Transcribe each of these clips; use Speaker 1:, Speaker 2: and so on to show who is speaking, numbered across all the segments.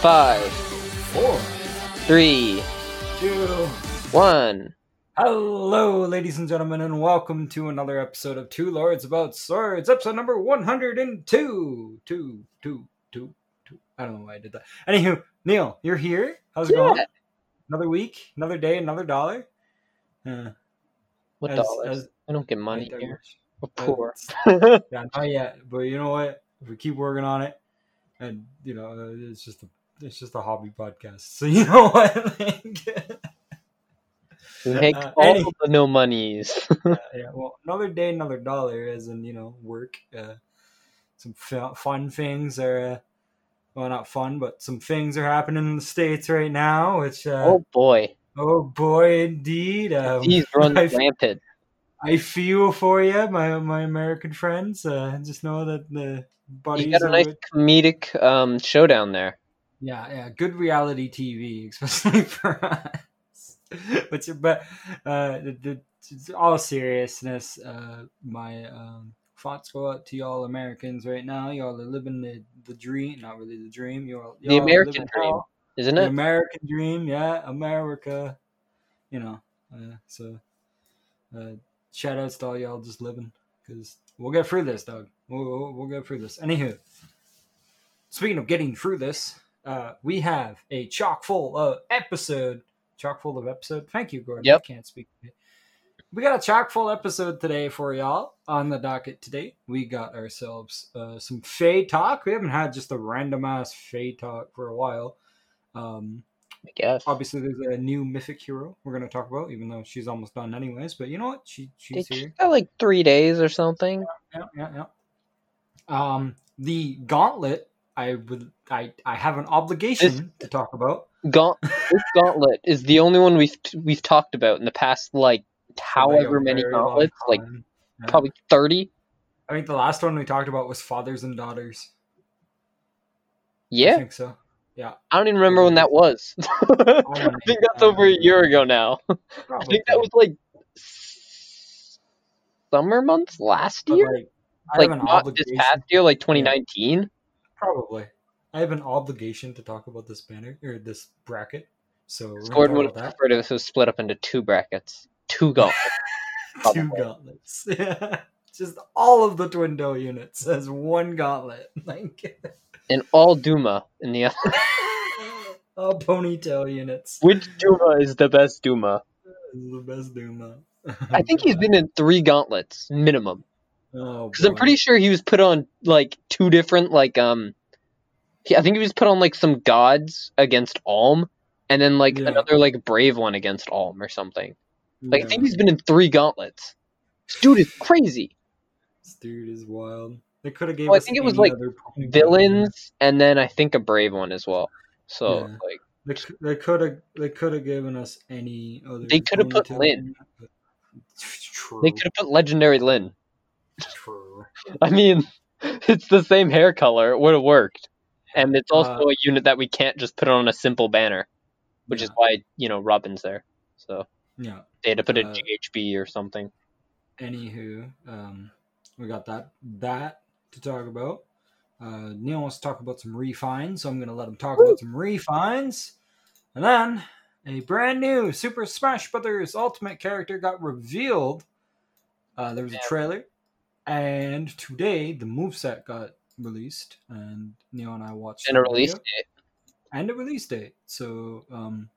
Speaker 1: Five,
Speaker 2: Four,
Speaker 1: three,
Speaker 2: two.
Speaker 1: one.
Speaker 2: Hello, ladies and gentlemen, and welcome to another episode of Two Lords About Swords, episode number 102. Two, two, two, two. I don't know why I did that. Anywho, Neil, you're here. How's it going?
Speaker 1: Yeah.
Speaker 2: Another week, another day, another dollar. Uh,
Speaker 1: What
Speaker 2: as-
Speaker 1: dollars?
Speaker 2: as-
Speaker 1: I don't get money
Speaker 2: I
Speaker 1: here.
Speaker 2: wish.
Speaker 1: We're
Speaker 2: Uh,
Speaker 1: poor.
Speaker 2: Yeah, not yet. But you know what? If we keep working on it, and you know, uh, it's just a, it's just a hobby podcast. So you know what? Like,
Speaker 1: We make
Speaker 2: uh,
Speaker 1: all
Speaker 2: any- Uh,
Speaker 1: the no monies.
Speaker 2: yeah, well, another day, another dollar, as in you know, work. Uh, some f- fun things are, uh, well, not fun, but some things are happening in the states right now. Which, uh, oh.
Speaker 1: oh boy,
Speaker 2: boy, indeed, um,
Speaker 1: he's run
Speaker 2: I've-
Speaker 1: rampant.
Speaker 2: I feel for you, my my American friends. Uh, just know that the buddies.
Speaker 1: You got a
Speaker 2: over-
Speaker 1: nice comedic um, showdown there.
Speaker 2: Yeah, yeah, good reality TV, especially for us. But but uh, the, the, it's all seriousness, uh, my um, thoughts go out to y'all Americans right now. Y'all are living the, the dream, not really the dream. Y'all,
Speaker 1: The
Speaker 2: y'all are
Speaker 1: American
Speaker 2: living
Speaker 1: dream,
Speaker 2: hell.
Speaker 1: Isn't
Speaker 2: the
Speaker 1: it?
Speaker 2: American dream. Yeah, America. You know, uh, so uh, shout outs to all y'all just living because we'll get through this, dog. We'll, we'll, we'll get through this. Anywho, speaking of getting through this, uh, we have a chock full of episode. Chock full of episode. Thank you, Gordon.
Speaker 1: Yep.
Speaker 2: I can't speak. today. We got a chock full episode today for y'all on the docket today. We got ourselves uh, some Fey talk. We haven't had just a random ass Fey talk for a while. Um,
Speaker 1: I guess.
Speaker 2: obviously, there's a new mythic hero we're going to talk about, even though she's almost done anyways. But you know what? She she's
Speaker 1: She's
Speaker 2: here.
Speaker 1: got like three days or something.
Speaker 2: yeah, yeah, yeah. Um, the gauntlet. I would. I I have an obligation to talk about.
Speaker 1: Gaunt- this gauntlet is the only one we've we've talked about in the past like however
Speaker 2: Like a
Speaker 1: many
Speaker 2: very long
Speaker 1: gauntlets, like
Speaker 2: time. Yeah.
Speaker 1: probably thirty.
Speaker 2: I think the last one we talked about was fathers and daughters. I
Speaker 1: Yeah,
Speaker 2: think so. Yeah.
Speaker 1: I don't even remember when that was. I
Speaker 2: my
Speaker 1: think that's
Speaker 2: God.
Speaker 1: over a year ago now. I
Speaker 2: Probably.
Speaker 1: think that was like s- summer months last
Speaker 2: But,
Speaker 1: year,
Speaker 2: like, I
Speaker 1: like
Speaker 2: have an
Speaker 1: not this
Speaker 2: obligation.
Speaker 1: past year, like 2019.
Speaker 2: Probably. I have an obligation to talk about this banner or this bracket. So we're gonna
Speaker 1: Gordon
Speaker 2: talk
Speaker 1: would have
Speaker 2: about that.
Speaker 1: preferred if this was split up into two brackets, two gauntlets.
Speaker 2: two gauntlets. Yeah. Just all of the twin doe units as one gauntlet. Like
Speaker 1: and all Duma in the other.
Speaker 2: all ponytail units.
Speaker 1: Which Duma is the best Duma?
Speaker 2: This is the best Duma.
Speaker 1: I think he's been in three gauntlets minimum.
Speaker 2: Oh,
Speaker 1: Because I'm
Speaker 2: boy.
Speaker 1: pretty sure he was put on like two different like um, he, I think he was put on like some gods against Alm, and then like
Speaker 2: Yeah.
Speaker 1: another like brave one against Alm or something. Like I think
Speaker 2: Yeah.
Speaker 1: he's been in three gauntlets. This dude is crazy.
Speaker 2: This dude is wild. They could have gave
Speaker 1: Well, I
Speaker 2: us
Speaker 1: think it was,
Speaker 2: any
Speaker 1: like,
Speaker 2: other ponytail unit.
Speaker 1: Villains, and then I think a brave one as well. So
Speaker 2: Yeah.
Speaker 1: like
Speaker 2: They, c- they could have they could have given us any other.
Speaker 1: They coulda put
Speaker 2: ponytail
Speaker 1: Lin.
Speaker 2: unit, but- True.
Speaker 1: they could have put legendary Lin.
Speaker 2: True.
Speaker 1: I mean, it's the same hair color. It would have worked. And
Speaker 2: Uh,
Speaker 1: it's also a unit that we can't just put on a simple banner, which is
Speaker 2: Yeah,
Speaker 1: why you know Robin's there. So
Speaker 2: yeah.
Speaker 1: they had to put a
Speaker 2: Uh,
Speaker 1: GHB or something.
Speaker 2: Anywho, um, we got that that to talk about. Uh, Neil wants to talk about some refines, so I'm going to let him talk about some refines. And then a brand new Super Smash Brothers Ultimate character got revealed. Uh, there was a
Speaker 1: Yeah.
Speaker 2: trailer, and today the moveset got released, and Neil and I watched
Speaker 1: And a
Speaker 2: the
Speaker 1: release
Speaker 2: video
Speaker 1: date.
Speaker 2: and a release date. So, um,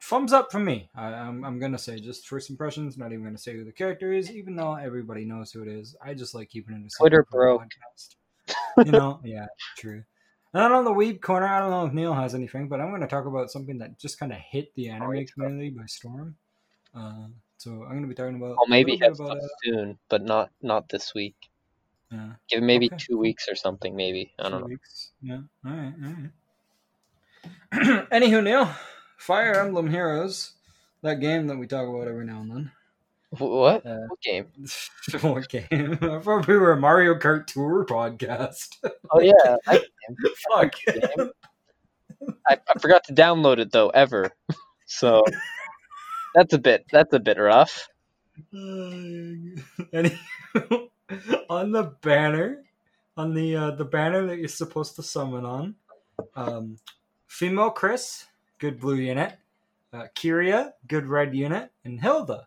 Speaker 2: thumbs up from me. I, I'm, I'm gonna say just first impressions. Not even gonna say who the character is, even though everybody knows who it is. I just like keeping it a secret
Speaker 1: Twitter
Speaker 2: for the
Speaker 1: broke.
Speaker 2: podcast. you know, yeah, true. And then on the weeb corner, I don't know if Neil has anything, but I'm gonna talk about something that just kind of hit the anime
Speaker 1: Alright, sure.
Speaker 2: community by storm. Uh, so I'm gonna be talking about
Speaker 1: I'll Oh, maybe
Speaker 2: a
Speaker 1: have
Speaker 2: little
Speaker 1: stuff
Speaker 2: bit about. Uh,
Speaker 1: soon, but not not this week.
Speaker 2: yeah.
Speaker 1: Give it maybe
Speaker 2: Okay.
Speaker 1: two weeks or something. Maybe I don't
Speaker 2: Two
Speaker 1: know.
Speaker 2: Weeks. Yeah. All right. All right. Anywho, Neil, Fire Emblem Heroes, that game that we talk about every now and then.
Speaker 1: Wh- What?
Speaker 2: Uh,
Speaker 1: what game?
Speaker 2: what game? I thought we were a Mario Kart Tour podcast.
Speaker 1: Oh yeah, I,
Speaker 2: Fuck.
Speaker 1: game. I, I forgot to download it though. Ever, so that's a bit that's a bit rough.
Speaker 2: Any on the banner, on the uh, the banner that you're supposed to summon on, um, Fimo Chris, good blue unit. Uh, Kyria, good red unit, and Hilda.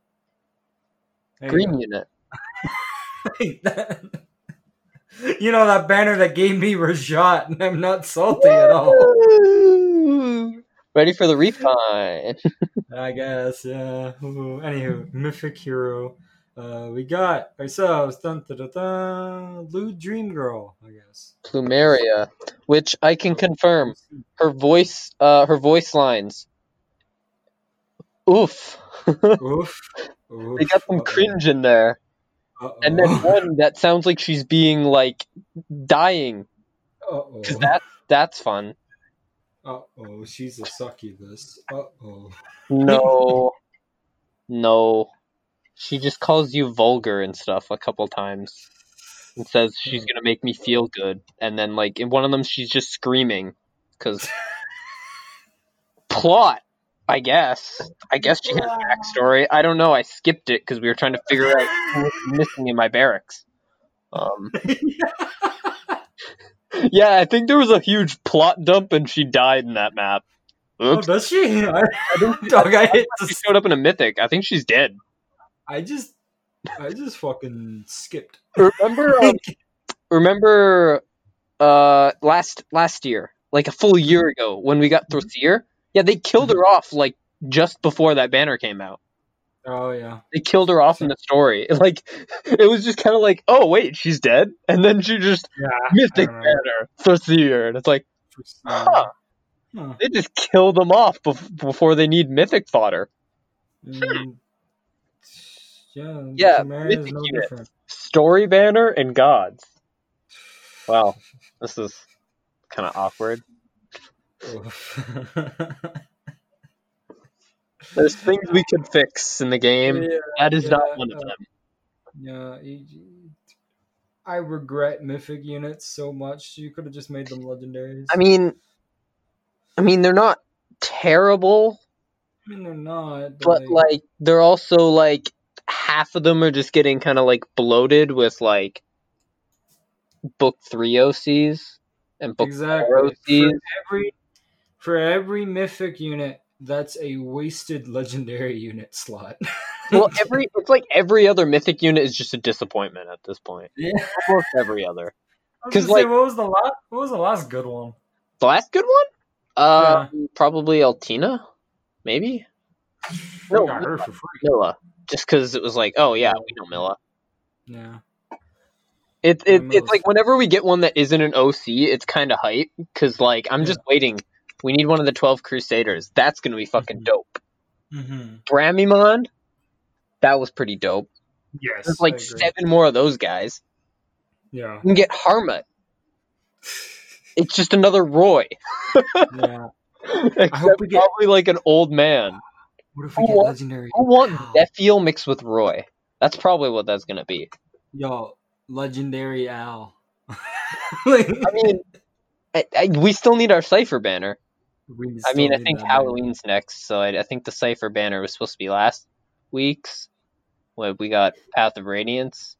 Speaker 2: There you
Speaker 1: Green unit.
Speaker 2: you know that banner that gave me Rajat, and I'm not salty at all.
Speaker 1: Woo! Ready for the refine.
Speaker 2: I guess, yeah. Ooh, Anywho, Mythic Hero. Uh, we got ourselves dun da da da Lou Dream Girl, I guess.
Speaker 1: Plumeria, which I can confirm her voice uh her voice lines. Oof.
Speaker 2: Oof. Oof. Oh.
Speaker 1: they got some
Speaker 2: Uh-oh.
Speaker 1: cringe in there.
Speaker 2: Uh-oh.
Speaker 1: And then one that sounds like she's being like dying
Speaker 2: Uh-oh.
Speaker 1: cuz that that's fun.
Speaker 2: Uh-oh, she's a succubus. Uh-oh.
Speaker 1: No. no. She just calls you vulgar and stuff a couple times and says she's going to make me feel good. And then, like, in one of them, she's just screaming because plot, I guess. I guess she has backstory. I don't know. I skipped it because we were trying to figure out who was missing in my barracks. Um, yeah, I think there was a huge plot dump and she died in that map.
Speaker 2: Oh,
Speaker 1: Oops.
Speaker 2: does she? I, dog, I hit
Speaker 1: She
Speaker 2: the
Speaker 1: showed up in a mythic. I think she's dead.
Speaker 2: I just, I just fucking skipped.
Speaker 1: remember um, remember uh last last year like a
Speaker 2: Mm-hmm.
Speaker 1: full year ago when we got Thorsier? yeah they killed her off like just before that banner came out
Speaker 2: Oh yeah,
Speaker 1: they killed her off in the story like it was just kind of like oh wait she's dead and then she just
Speaker 2: yeah.
Speaker 1: mythic
Speaker 2: I don't know.
Speaker 1: banner Thorsier, and it's like huh,
Speaker 2: Huh.
Speaker 1: they just kill them off bef- before they need mythic fodder
Speaker 2: Mm, yeah,
Speaker 1: Hmm. Yeah,
Speaker 2: Samaria is
Speaker 1: mythic
Speaker 2: no
Speaker 1: unit.
Speaker 2: different.
Speaker 1: story banner and gods wow this is kind of awkward There's things we could fix in the game.
Speaker 2: Yeah,
Speaker 1: that is
Speaker 2: yeah,
Speaker 1: not one of
Speaker 2: uh,
Speaker 1: them.
Speaker 2: yeah, you- you- I regret mythic units so much. You could have just made them legendaries.
Speaker 1: I mean, I mean they're not terrible,
Speaker 2: I mean, they're not,
Speaker 1: but like they're also like half of them are just getting kind of like bloated with like book three OCs and book four
Speaker 2: exactly
Speaker 1: OCs.
Speaker 2: for every for every mythic unit, that's a wasted legendary unit slot.
Speaker 1: Well, every it's like every other mythic unit is just a disappointment at this point.
Speaker 2: Yeah.
Speaker 1: Almost every other.
Speaker 2: I was
Speaker 1: 'Cause,
Speaker 2: gonna say,
Speaker 1: like-
Speaker 2: what was the last? What was the last good one?
Speaker 1: The last good one, uh, probably Altina, maybe No,
Speaker 2: We got her for free.
Speaker 1: Mila, just because it was like, oh yeah, we know Mila.
Speaker 2: Yeah,
Speaker 1: It, it,
Speaker 2: Remote.
Speaker 1: it's like whenever we get one that isn't an OC, it's kind of hype because like I'm just waiting. We need one of the twelve Crusaders. That's gonna be fucking
Speaker 2: Mhm.
Speaker 1: dope.
Speaker 2: mm-hmm.
Speaker 1: Bramimon, that was pretty dope.
Speaker 2: yes,
Speaker 1: There's
Speaker 2: I
Speaker 1: like
Speaker 2: agree.
Speaker 1: seven more of those guys.
Speaker 2: Yeah,
Speaker 1: You can get Harmut. It's just another Roy,
Speaker 2: yeah.
Speaker 1: except
Speaker 2: hope we get-
Speaker 1: probably like an old man.
Speaker 2: What if we get
Speaker 1: What?
Speaker 2: legendary?
Speaker 1: I want
Speaker 2: Ow.
Speaker 1: Zephiel mixed with Roy. That's probably what that's gonna be.
Speaker 2: Yo, legendary Al. Like,
Speaker 1: I mean, I, I, we still need our Cipher banner.
Speaker 2: we
Speaker 1: I
Speaker 2: still
Speaker 1: mean, I
Speaker 2: need
Speaker 1: think
Speaker 2: that, man.
Speaker 1: Halloween's next, so I, I think the Cipher banner was supposed to be last week's. When we got Path of Radiance,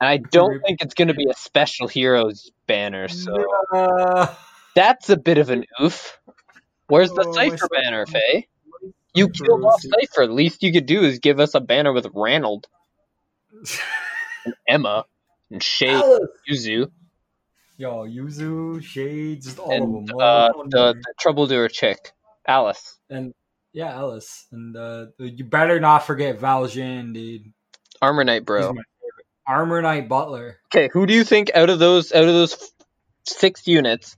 Speaker 1: and I don't
Speaker 2: Rip.
Speaker 1: think it's going to be a Special Heroes banner, so
Speaker 2: Uh,
Speaker 1: that's a bit of an oof. Where's the
Speaker 2: Oh, my
Speaker 1: Cipher
Speaker 2: son.
Speaker 1: banner, Faye? You killed off Cipher. Least you could do is give us a banner with Ranald, Emma, and Shay
Speaker 2: Alice.
Speaker 1: Yuzu,
Speaker 2: Yo, Yuzu, Shade, just all of
Speaker 1: and
Speaker 2: them.
Speaker 1: uh,
Speaker 2: all of them.
Speaker 1: the, the Troubledoer chick, Alice.
Speaker 2: and yeah, Alice, and uh, you better not forget Valjean, dude. He's
Speaker 1: Armor Knight, bro.
Speaker 2: my favorite. Armor Knight Butler.
Speaker 1: Okay, who do you think out of those out of those f- six units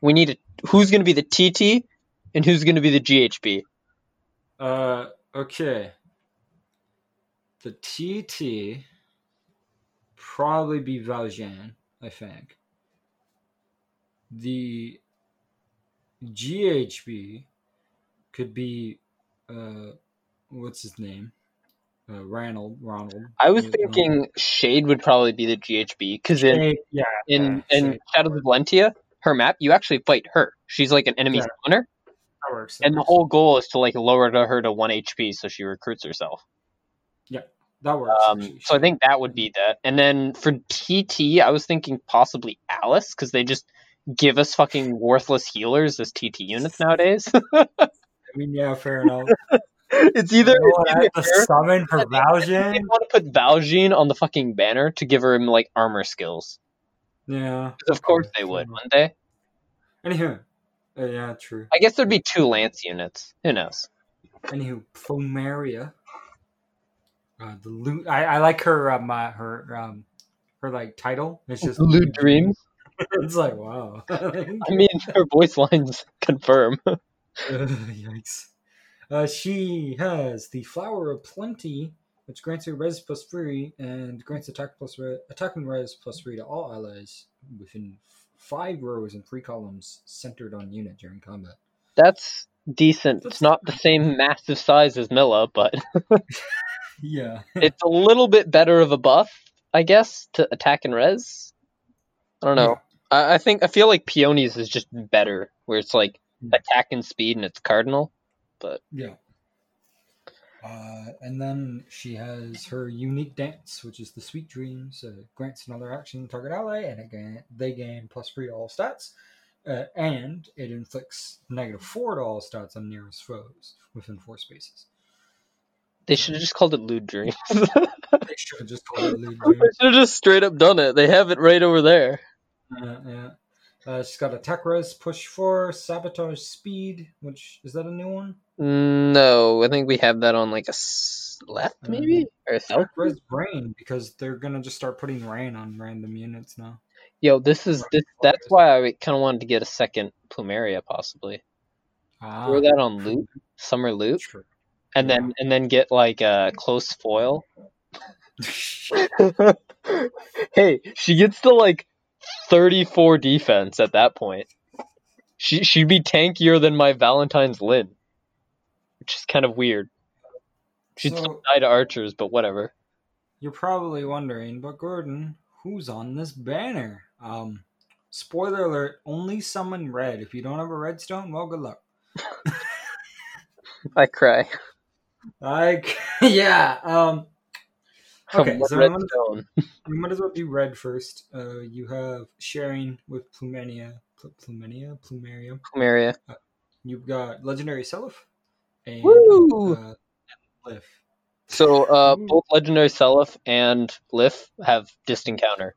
Speaker 1: we need? A, who's going to be the TT and who's going to be the GHB?
Speaker 2: Uh, okay. The TT probably be Valjean, I think. The GHB could be uh, what's his name? Uh, Ronald. Ronald.
Speaker 1: I was
Speaker 2: Uh,
Speaker 1: thinking Shade would probably be the GHB because in
Speaker 2: Shade, yeah,
Speaker 1: in
Speaker 2: yeah,
Speaker 1: in
Speaker 2: Shade.
Speaker 1: Shadows of Valentia, her map, you actually fight her. She's like an enemy
Speaker 2: Yeah.
Speaker 1: spawner,
Speaker 2: that works. that
Speaker 1: and the
Speaker 2: works.
Speaker 1: whole goal is to like lower to her to one HP so she recruits herself.
Speaker 2: that works.
Speaker 1: Um,
Speaker 2: actually,
Speaker 1: so I
Speaker 2: Shade.
Speaker 1: think that would be that. And then for TT, I was thinking possibly Alice because they just give us fucking worthless healers as TT units nowadays.
Speaker 2: I mean, yeah, fair enough.
Speaker 1: it's either,
Speaker 2: You know what,
Speaker 1: it's
Speaker 2: I
Speaker 1: either
Speaker 2: have to
Speaker 1: her-
Speaker 2: summon for
Speaker 1: they
Speaker 2: Valjean.
Speaker 1: want to put Valjean on the fucking banner to give her him like armor skills.
Speaker 2: Yeah.
Speaker 1: 'Cause Of course they would, wouldn't they?
Speaker 2: Anywho, uh, yeah, true.
Speaker 1: I guess there'd be two lance units. Who knows?
Speaker 2: Anywho, Plumeria. Uh, the loot. I, I like her. Um, uh, her um, her like title. It's just
Speaker 1: Lewd dreams.
Speaker 2: It's like wow.
Speaker 1: I mean, her voice lines confirm.
Speaker 2: Uh, yikes. Uh, she has the Flower of Plenty, which grants her res plus three and grants attack plus re- attack and res plus three to all allies within five rows and three columns centered on unit during combat.
Speaker 1: That's decent. It's not the same massive size as Mila, but
Speaker 2: Yeah.
Speaker 1: it's a little bit better of a buff, I guess, to attack and res. I don't know. I, I think I feel like Peonies is just better, where it's like
Speaker 2: Yeah.
Speaker 1: attack and speed, and it's cardinal.
Speaker 2: Yeah. Uh, and then she has her unique dance, which is the Sweet Dreams. Uh, grants another action to target ally, and it gain, they gain plus three to all stats. Uh, and it inflicts negative four to all stats on nearest foes within four spaces.
Speaker 1: They should have just called it Lewd Dreams.
Speaker 2: They should have just called it Lead
Speaker 1: they
Speaker 2: Dreams.
Speaker 1: should have just straight up done it. They have it right over there.
Speaker 2: Uh, yeah. Uh, she's got attack res, push four, sabotage speed, which is that a new one?
Speaker 1: No, I think we have that on like a s- left, maybe or a south.
Speaker 2: Attack res brain, because they're gonna just start putting rain on random units now.
Speaker 1: Yo, this is this. That's why I kind of wanted to get a second Plumeria, possibly.
Speaker 2: Ah,
Speaker 1: Throw that on loop, summer loop,
Speaker 2: True.
Speaker 1: and then and then get like a close foil. hey, she gets to like thirty-four defense at that point. She she'd be tankier than my Valentine's Lynn, which is kind of weird. She'd
Speaker 2: So-
Speaker 1: die to archers, but whatever.
Speaker 2: You're probably wondering, but Gordon, who's on this banner? Um, spoiler alert: only summon red. If you don't have a redstone, well, good luck.
Speaker 1: I cry.
Speaker 2: Like, yeah. Um, Okay,
Speaker 1: What
Speaker 2: so
Speaker 1: red
Speaker 2: I'm gonna-
Speaker 1: stone?
Speaker 2: we might as well do red first. Uh, you have sharing with Plumenia, Pl- Plumenia, Plumerium.
Speaker 1: Plumeria.
Speaker 2: You've got legendary Self and
Speaker 1: Woo!
Speaker 2: uh, Lif.
Speaker 1: So uh,
Speaker 2: Ooh.
Speaker 1: both legendary Self and Lif have distant counter.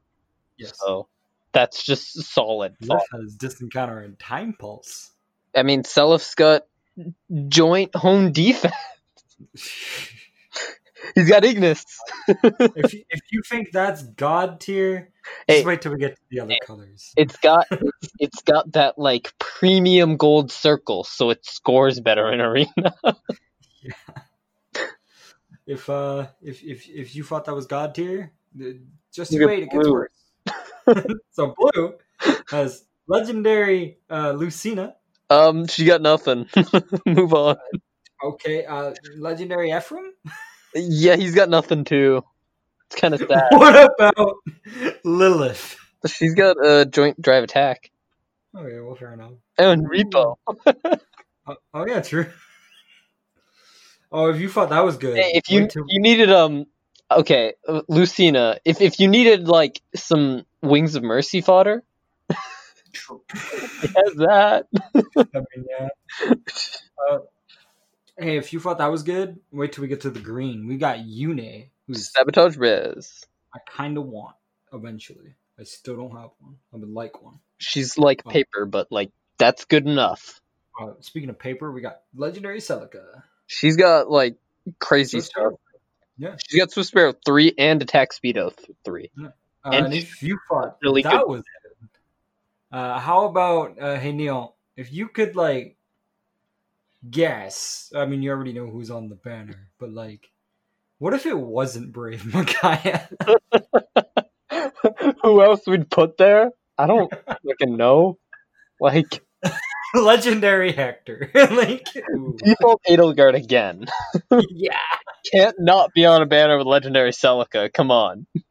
Speaker 2: Yes,
Speaker 1: So that's just solid.
Speaker 2: Lif has distant counter and time pulse.
Speaker 1: I mean, Self's got joint home defense. He's got Ignis.
Speaker 2: if you, if you think that's god tier,
Speaker 1: Hey.
Speaker 2: just wait till we get to the other colors.
Speaker 1: It's got it's, it's got that like premium gold circle, so it scores better in arena.
Speaker 2: If uh if if if you thought that was god tier, th- just
Speaker 1: Look at
Speaker 2: wait, it gets
Speaker 1: blue.
Speaker 2: worse. so blue has legendary uh Lucina.
Speaker 1: Um, she got nothing. Move on.
Speaker 2: Okay, uh legendary Ephraim.
Speaker 1: Yeah, he's got nothing too. It's kind of sad.
Speaker 2: What about Lilith?
Speaker 1: She's got a uh, joint drive attack.
Speaker 2: Okay, well fair enough.
Speaker 1: Oh, and Repo.
Speaker 2: Oh, oh yeah, true. Oh, if you thought that was good,
Speaker 1: Hey, if you
Speaker 2: wait till-
Speaker 1: you needed um okay uh, Lucina if if you needed like some Wings of Mercy fodder it has that
Speaker 2: I mean, yeah. Uh, hey, if you thought that was good, wait till we get to the green. We got Yune, who's
Speaker 1: sabotage Riz
Speaker 2: I kind of want eventually. I still don't have one. I would like one.
Speaker 1: she's like
Speaker 2: Oh.
Speaker 1: paper but like that's good enough
Speaker 2: Uh, speaking of paper, we got Legendary Celica.
Speaker 1: she's got like crazy
Speaker 2: So
Speaker 1: stuff
Speaker 2: terrible. Yeah.
Speaker 1: she's got Swift Sparrow three and attack speedo th- three
Speaker 2: Uh,
Speaker 1: And
Speaker 2: and if you thought
Speaker 1: really
Speaker 2: that
Speaker 1: good.
Speaker 2: was good, uh, how about uh, hey Neil, if you could like guess? I mean, you already know who's on the banner, but like, what if it wasn't Brave Micaiah?
Speaker 1: who else would put there I don't fucking know like
Speaker 2: Legendary Hector, like, ooh,
Speaker 1: default Edelgard again
Speaker 2: yeah.
Speaker 1: can't not be on a banner with legendary Celica come on.
Speaker 2: yeah,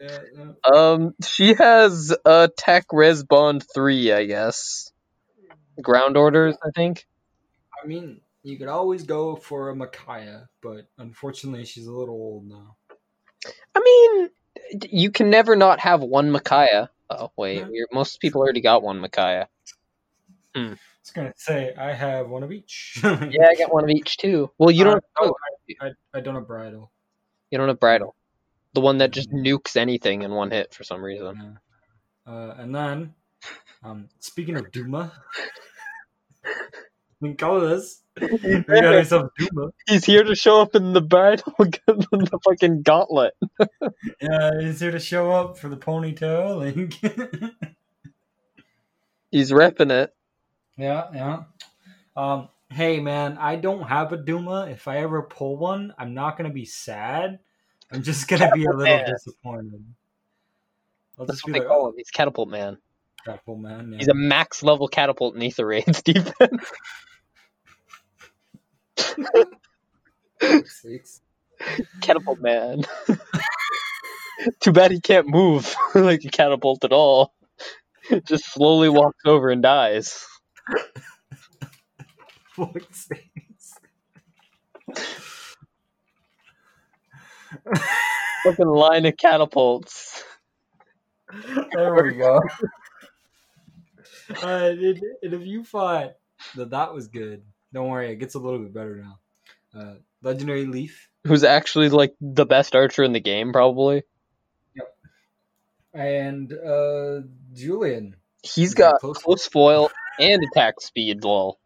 Speaker 2: yeah, yeah.
Speaker 1: Um, she has a tech res bond three, I guess. Ground orders, I think.
Speaker 2: I mean, you could always go for a Micaiah, but unfortunately, she's a little old now.
Speaker 1: I mean, you can never not have one Micaiah. Oh wait, we're- most people already got one Micaiah.
Speaker 2: was gonna say I have one of each.
Speaker 1: Yeah, I got one of each too. Well, you don't.
Speaker 2: I, Uh, oh, I, I don't have bridle.
Speaker 1: You don't have bridle. The one that just nukes anything in one hit for some reason.
Speaker 2: Yeah. Uh, and then, um, speaking of Duma, Nicolas, we got ourselves Duma.
Speaker 1: He's here to show up in the bridle, in the fucking gauntlet.
Speaker 2: Yeah, he's here to show up for the ponytail. And
Speaker 1: He's repping it.
Speaker 2: yeah, yeah. Um, hey man, I don't have a Duma. If I ever pull one, I'm not gonna be sad. I'm just gonna be a little
Speaker 1: Yeah.
Speaker 2: disappointed. I'll
Speaker 1: That's
Speaker 2: just be
Speaker 1: what they
Speaker 2: like,
Speaker 1: call
Speaker 2: oh,
Speaker 1: him. He's catapult man.
Speaker 2: Grapple man. Yeah.
Speaker 1: He's a max level catapult in Ether Raids defense.
Speaker 2: six.
Speaker 1: catapult man. Too bad he can't move like a catapult at all. Just slowly walks over and dies.
Speaker 2: Fuck's sakes.
Speaker 1: Fucking line of catapults.
Speaker 2: There we go. uh, and, and if you thought that that was good, don't worry, it gets a little bit better now. Uh, Legendary Leaf.
Speaker 1: Who's actually like the best archer in the game, probably.
Speaker 2: And uh, Julian.
Speaker 1: He's
Speaker 2: He's got
Speaker 1: got
Speaker 2: close-
Speaker 1: close foil and attack speed. Lol.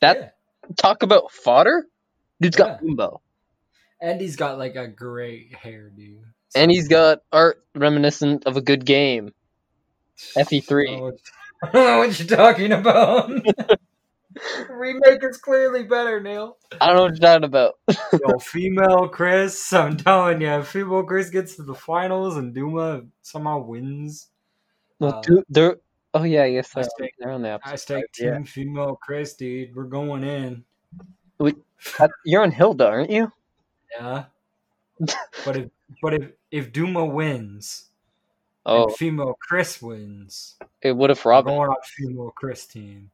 Speaker 1: That
Speaker 2: Yeah.
Speaker 1: talk about fodder. Dude's got
Speaker 2: Yeah.
Speaker 1: Umbo,
Speaker 2: And he's got like a great hair, dude.
Speaker 1: and he's got art reminiscent of a good game. E
Speaker 2: I don't
Speaker 1: Fe3.
Speaker 2: know what- I don't know what you're talking about. Remake is clearly better, Neil.
Speaker 1: I don't know what you're talking about.
Speaker 2: Yo, female Chris, I'm telling you, if female Chris gets to the finals and Duma somehow wins,
Speaker 1: Well,
Speaker 2: Uh,
Speaker 1: dude, they're. Oh yeah, I guess
Speaker 2: I
Speaker 1: they're,
Speaker 2: think-
Speaker 1: they're on the opposite.
Speaker 2: hashtag
Speaker 1: Yeah.
Speaker 2: Team Female Chris, dude. We're going in.
Speaker 1: That- You're on Hilda, aren't you?
Speaker 2: Yeah. but if but if if Duma wins
Speaker 1: Oh,
Speaker 2: and female Chris wins,
Speaker 1: it would have
Speaker 2: we're
Speaker 1: Robin.
Speaker 2: going on female Chris team.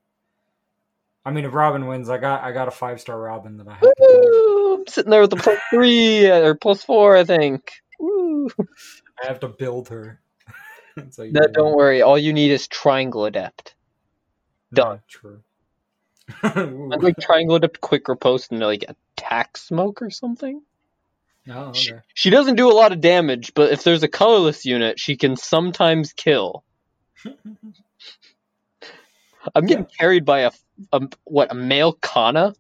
Speaker 2: I mean, if Robin wins, I got I got a five star Robin that I have. To build.
Speaker 1: Woo! I'm sitting there with the plus three uh, or plus four, I think. Woo!
Speaker 2: I have to build her. so
Speaker 1: No, don't worry. All you need is Triangle Adept. done.
Speaker 2: True.
Speaker 1: I'd like Triangle Adept quick riposte and like attack smoke or something.
Speaker 2: no,
Speaker 1: She,
Speaker 2: Oh, okay.
Speaker 1: she doesn't do a lot of damage, but if there's a colorless unit, she can sometimes kill. I'm getting carried by a, a what a male Kana.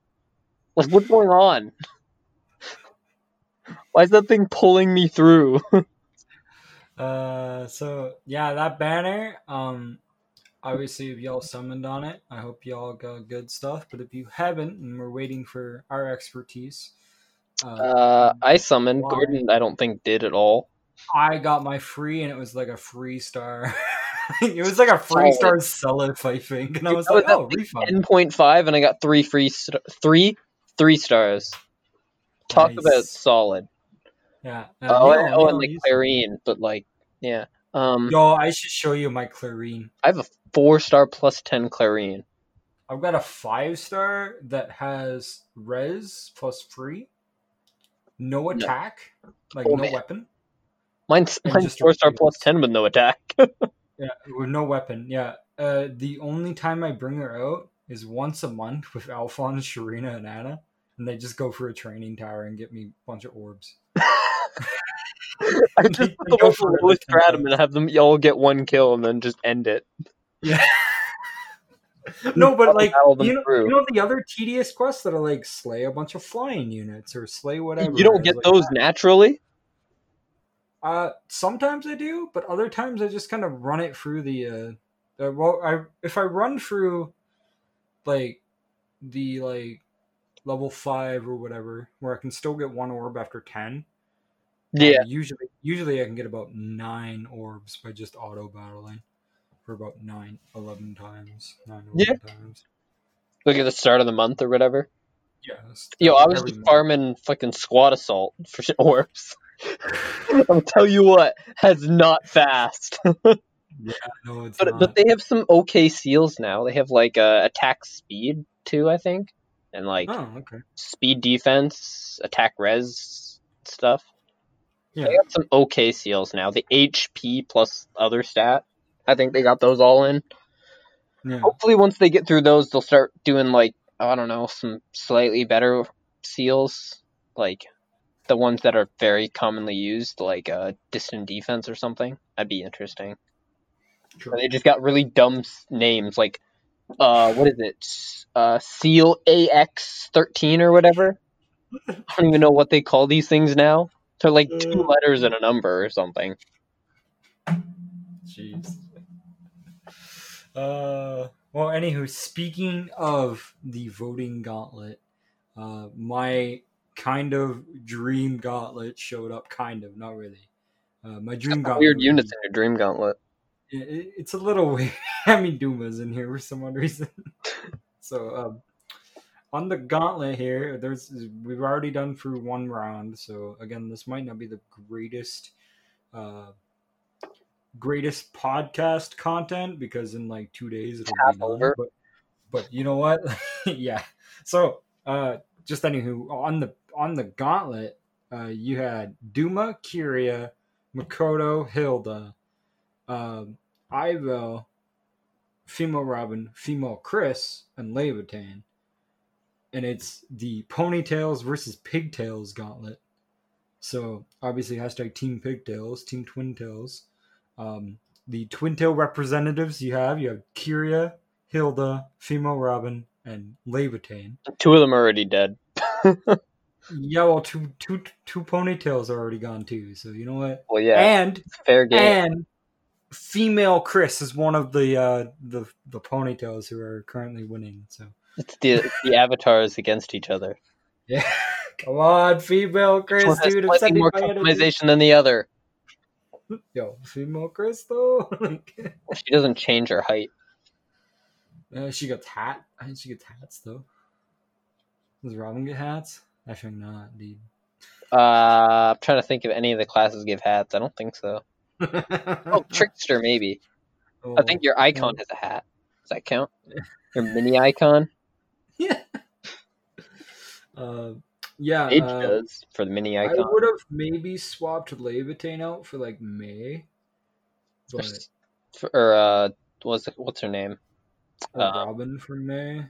Speaker 1: Like what's going on? Why is that thing pulling me through?
Speaker 2: Uh, so yeah, that banner. Um, obviously, if y'all summoned on it, I hope y'all got good stuff. But if you haven't, and we're waiting for our expertise, uh,
Speaker 1: Uh, I summoned
Speaker 2: Why?
Speaker 1: Gordon. I don't think did at all.
Speaker 2: I got my free, and it was like a free star. it was like a free star sellif, I think, and I was
Speaker 1: Oh. That was
Speaker 2: like,
Speaker 1: at
Speaker 2: oh, refund.
Speaker 1: Ten point five, and I got three free st- three three stars. Talk
Speaker 2: Nice.
Speaker 1: about solid.
Speaker 2: Yeah. Uh,
Speaker 1: Oh,
Speaker 2: Neil,
Speaker 1: and, oh, and
Speaker 2: Neil,
Speaker 1: like
Speaker 2: you-
Speaker 1: Clarine, but like yeah. Um,
Speaker 2: Yo, I should show you my Clarine.
Speaker 1: I have a four star plus ten Clarine.
Speaker 2: I've got a five star that has res plus free, no attack, like
Speaker 1: Oh,
Speaker 2: no
Speaker 1: man.
Speaker 2: weapon.
Speaker 1: Mine's
Speaker 2: And
Speaker 1: mine's
Speaker 2: just
Speaker 1: four star
Speaker 2: repeat.
Speaker 1: plus ten with no attack.
Speaker 2: Yeah, with no weapon. Yeah. Uh, the only time I bring her out is once a month with Alphonse, Sharina, and Anna, and they just go for a training tower and get me a bunch of orbs.
Speaker 1: I just put the
Speaker 2: Go
Speaker 1: one
Speaker 2: for it,
Speaker 1: below
Speaker 2: let's go for
Speaker 1: stratum
Speaker 2: it.
Speaker 1: and have them all get one kill and then just end it.
Speaker 2: No, but like
Speaker 1: Battle them
Speaker 2: you know,
Speaker 1: through.
Speaker 2: you know the other tedious quests that are like slay a bunch of flying units or slay whatever.
Speaker 1: You don't
Speaker 2: is,
Speaker 1: get
Speaker 2: like,
Speaker 1: those naturally.
Speaker 2: Uh, sometimes I do, but other times I just kind of run it through the. Uh, the well, I if I run through, like, the like level five or whatever, where I can still get one orb after ten. uh,
Speaker 1: Yeah,
Speaker 2: usually, usually I can get about nine orbs by just auto battling for about nine, eleven times. Nine, 11 times.
Speaker 1: like at the start of the month or whatever.
Speaker 2: Yeah. that's-
Speaker 1: Yo, I
Speaker 2: that's
Speaker 1: was
Speaker 2: every
Speaker 1: just
Speaker 2: month.
Speaker 1: farming fucking squad assault for shit orbs. I'll tell you what, that's not fast.
Speaker 2: No, it's
Speaker 1: But
Speaker 2: not.
Speaker 1: but they have some okay seals now. They have like uh, attack speed too, I think, and like
Speaker 2: oh, okay.
Speaker 1: speed defense, attack res stuff.
Speaker 2: Yeah.
Speaker 1: They got some okay seals now. The HP plus other stat. I think they got those all in.
Speaker 2: Yeah.
Speaker 1: Hopefully, once they get through those, they'll start doing like I don't know some slightly better seals, like the ones that are very commonly used, like uh, distant defense or something. That'd be interesting.
Speaker 2: Sure.
Speaker 1: But they just got really dumb s- names, like uh, what is it? S- Uh, Seal AX thirteen or whatever. I don't even know what they call these things now. They're like two
Speaker 2: Uh.
Speaker 1: letters and a number or something.
Speaker 2: Jeez. Uh, well, anywho, speaking of the voting gauntlet, uh, my kind of dream gauntlet showed up. Kind of, not really. Uh, my dream gauntlet.
Speaker 1: Weird
Speaker 2: would
Speaker 1: units
Speaker 2: be-
Speaker 1: in your dream gauntlet.
Speaker 2: it- it- it's a little weird. I mean, Duma's in here for some odd reason. so, um, on the gauntlet here, there's we've already done through one round. So again, this might not be the greatest, uh, greatest podcast content because in like two days it'll
Speaker 1: Half
Speaker 2: be done.
Speaker 1: over.
Speaker 2: But, but you know what? yeah. So, uh, just anywho, on the on the gauntlet, uh, you had Duma, Kyria, Makoto, Hilda, um, Ivo, female Robin, female Chris, and Levitan. And it's the ponytails versus pigtails gauntlet. So obviously hashtag team pigtails, team twin tails. Um, the twin tail representatives you have, you have Kyria, Hilda, female Robin, and Levitan.
Speaker 1: Two of them are already dead. well,
Speaker 2: Yeah, well, two, two, two ponytails are already gone too. So you know what?
Speaker 1: yeah,
Speaker 2: And
Speaker 1: it's fair game.
Speaker 2: and female Chris is one of the uh, the the ponytails who are currently winning. So
Speaker 1: It's the it's the avatars against each other.
Speaker 2: yeah, come on, female
Speaker 1: Each
Speaker 2: Chris,
Speaker 1: one has
Speaker 2: dude. I'm
Speaker 1: slightly
Speaker 2: sending
Speaker 1: more
Speaker 2: my energy.
Speaker 1: customization than the other.
Speaker 2: Yo, female Chris though. Like,
Speaker 1: She doesn't change her height.
Speaker 2: uh, she gets hat. I think she gets hats though. Does Robin get hats? I think not, dude.
Speaker 1: Uh, I'm trying to think if any of the classes give hats. I don't think so. Oh, trickster maybe. I think your icon
Speaker 2: Oh.
Speaker 1: has a hat. Does that count? Your mini icon.
Speaker 2: Uh, yeah,
Speaker 1: It
Speaker 2: uh,
Speaker 1: does for the mini
Speaker 2: I
Speaker 1: icon.
Speaker 2: would have maybe swapped Levitain out for like May, but
Speaker 1: For, or uh, what's what's her name?
Speaker 2: or
Speaker 1: Uh,
Speaker 2: Robin for May. I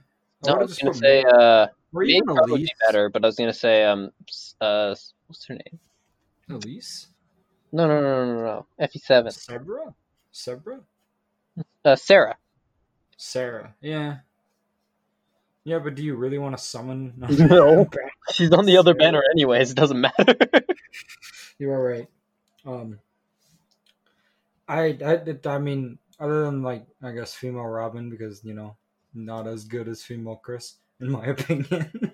Speaker 1: No, I
Speaker 2: would've
Speaker 1: was
Speaker 2: just
Speaker 1: gonna
Speaker 2: put
Speaker 1: say uh,
Speaker 2: Or
Speaker 1: May
Speaker 2: even
Speaker 1: probably
Speaker 2: Elise.
Speaker 1: be better, but I was gonna say um, s- uh, s- what's her name?
Speaker 2: Elise?
Speaker 1: No, no, no, no, no, no. Effie seven.
Speaker 2: Sebra? Sebra?
Speaker 1: Uh, Sarah.
Speaker 2: Sarah. Yeah. Yeah, but do you really want to summon?
Speaker 1: No. She's on the other
Speaker 2: Sarah.
Speaker 1: banner anyways. It doesn't matter.
Speaker 2: you are right. Um, I, I, I mean, other than like, I guess female Robin because you know, not as good as female Chris in my opinion.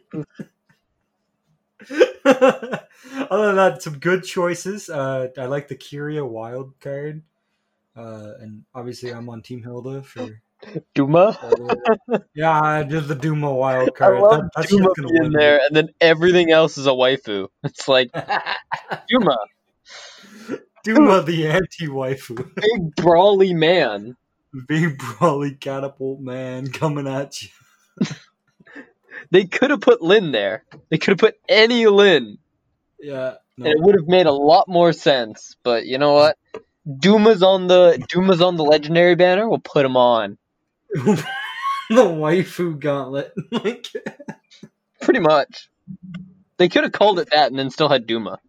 Speaker 2: other than that, some good choices. Uh, I like the Kyria Wild card. Uh, and obviously, I'm on Team Hilda for
Speaker 1: Duma.
Speaker 2: all the way. yeah, I did the Duma wild
Speaker 1: I
Speaker 2: card.
Speaker 1: love
Speaker 2: That- that's
Speaker 1: Duma
Speaker 2: just gonna
Speaker 1: being
Speaker 2: win
Speaker 1: there, and then everything else is a waifu. It's like Duma,
Speaker 2: Duma the anti waifu,
Speaker 1: big brawly man.
Speaker 2: big brawly catapult man coming at you.
Speaker 1: They could have put Lin there. They could have put any Lin,
Speaker 2: Yeah, no.
Speaker 1: and it would have made a lot more sense. But you know what? Duma's on the Duma's on the legendary banner. We'll put him on.
Speaker 2: the waifu gauntlet. like,
Speaker 1: Pretty much. They could have called it that, and then still had Duma.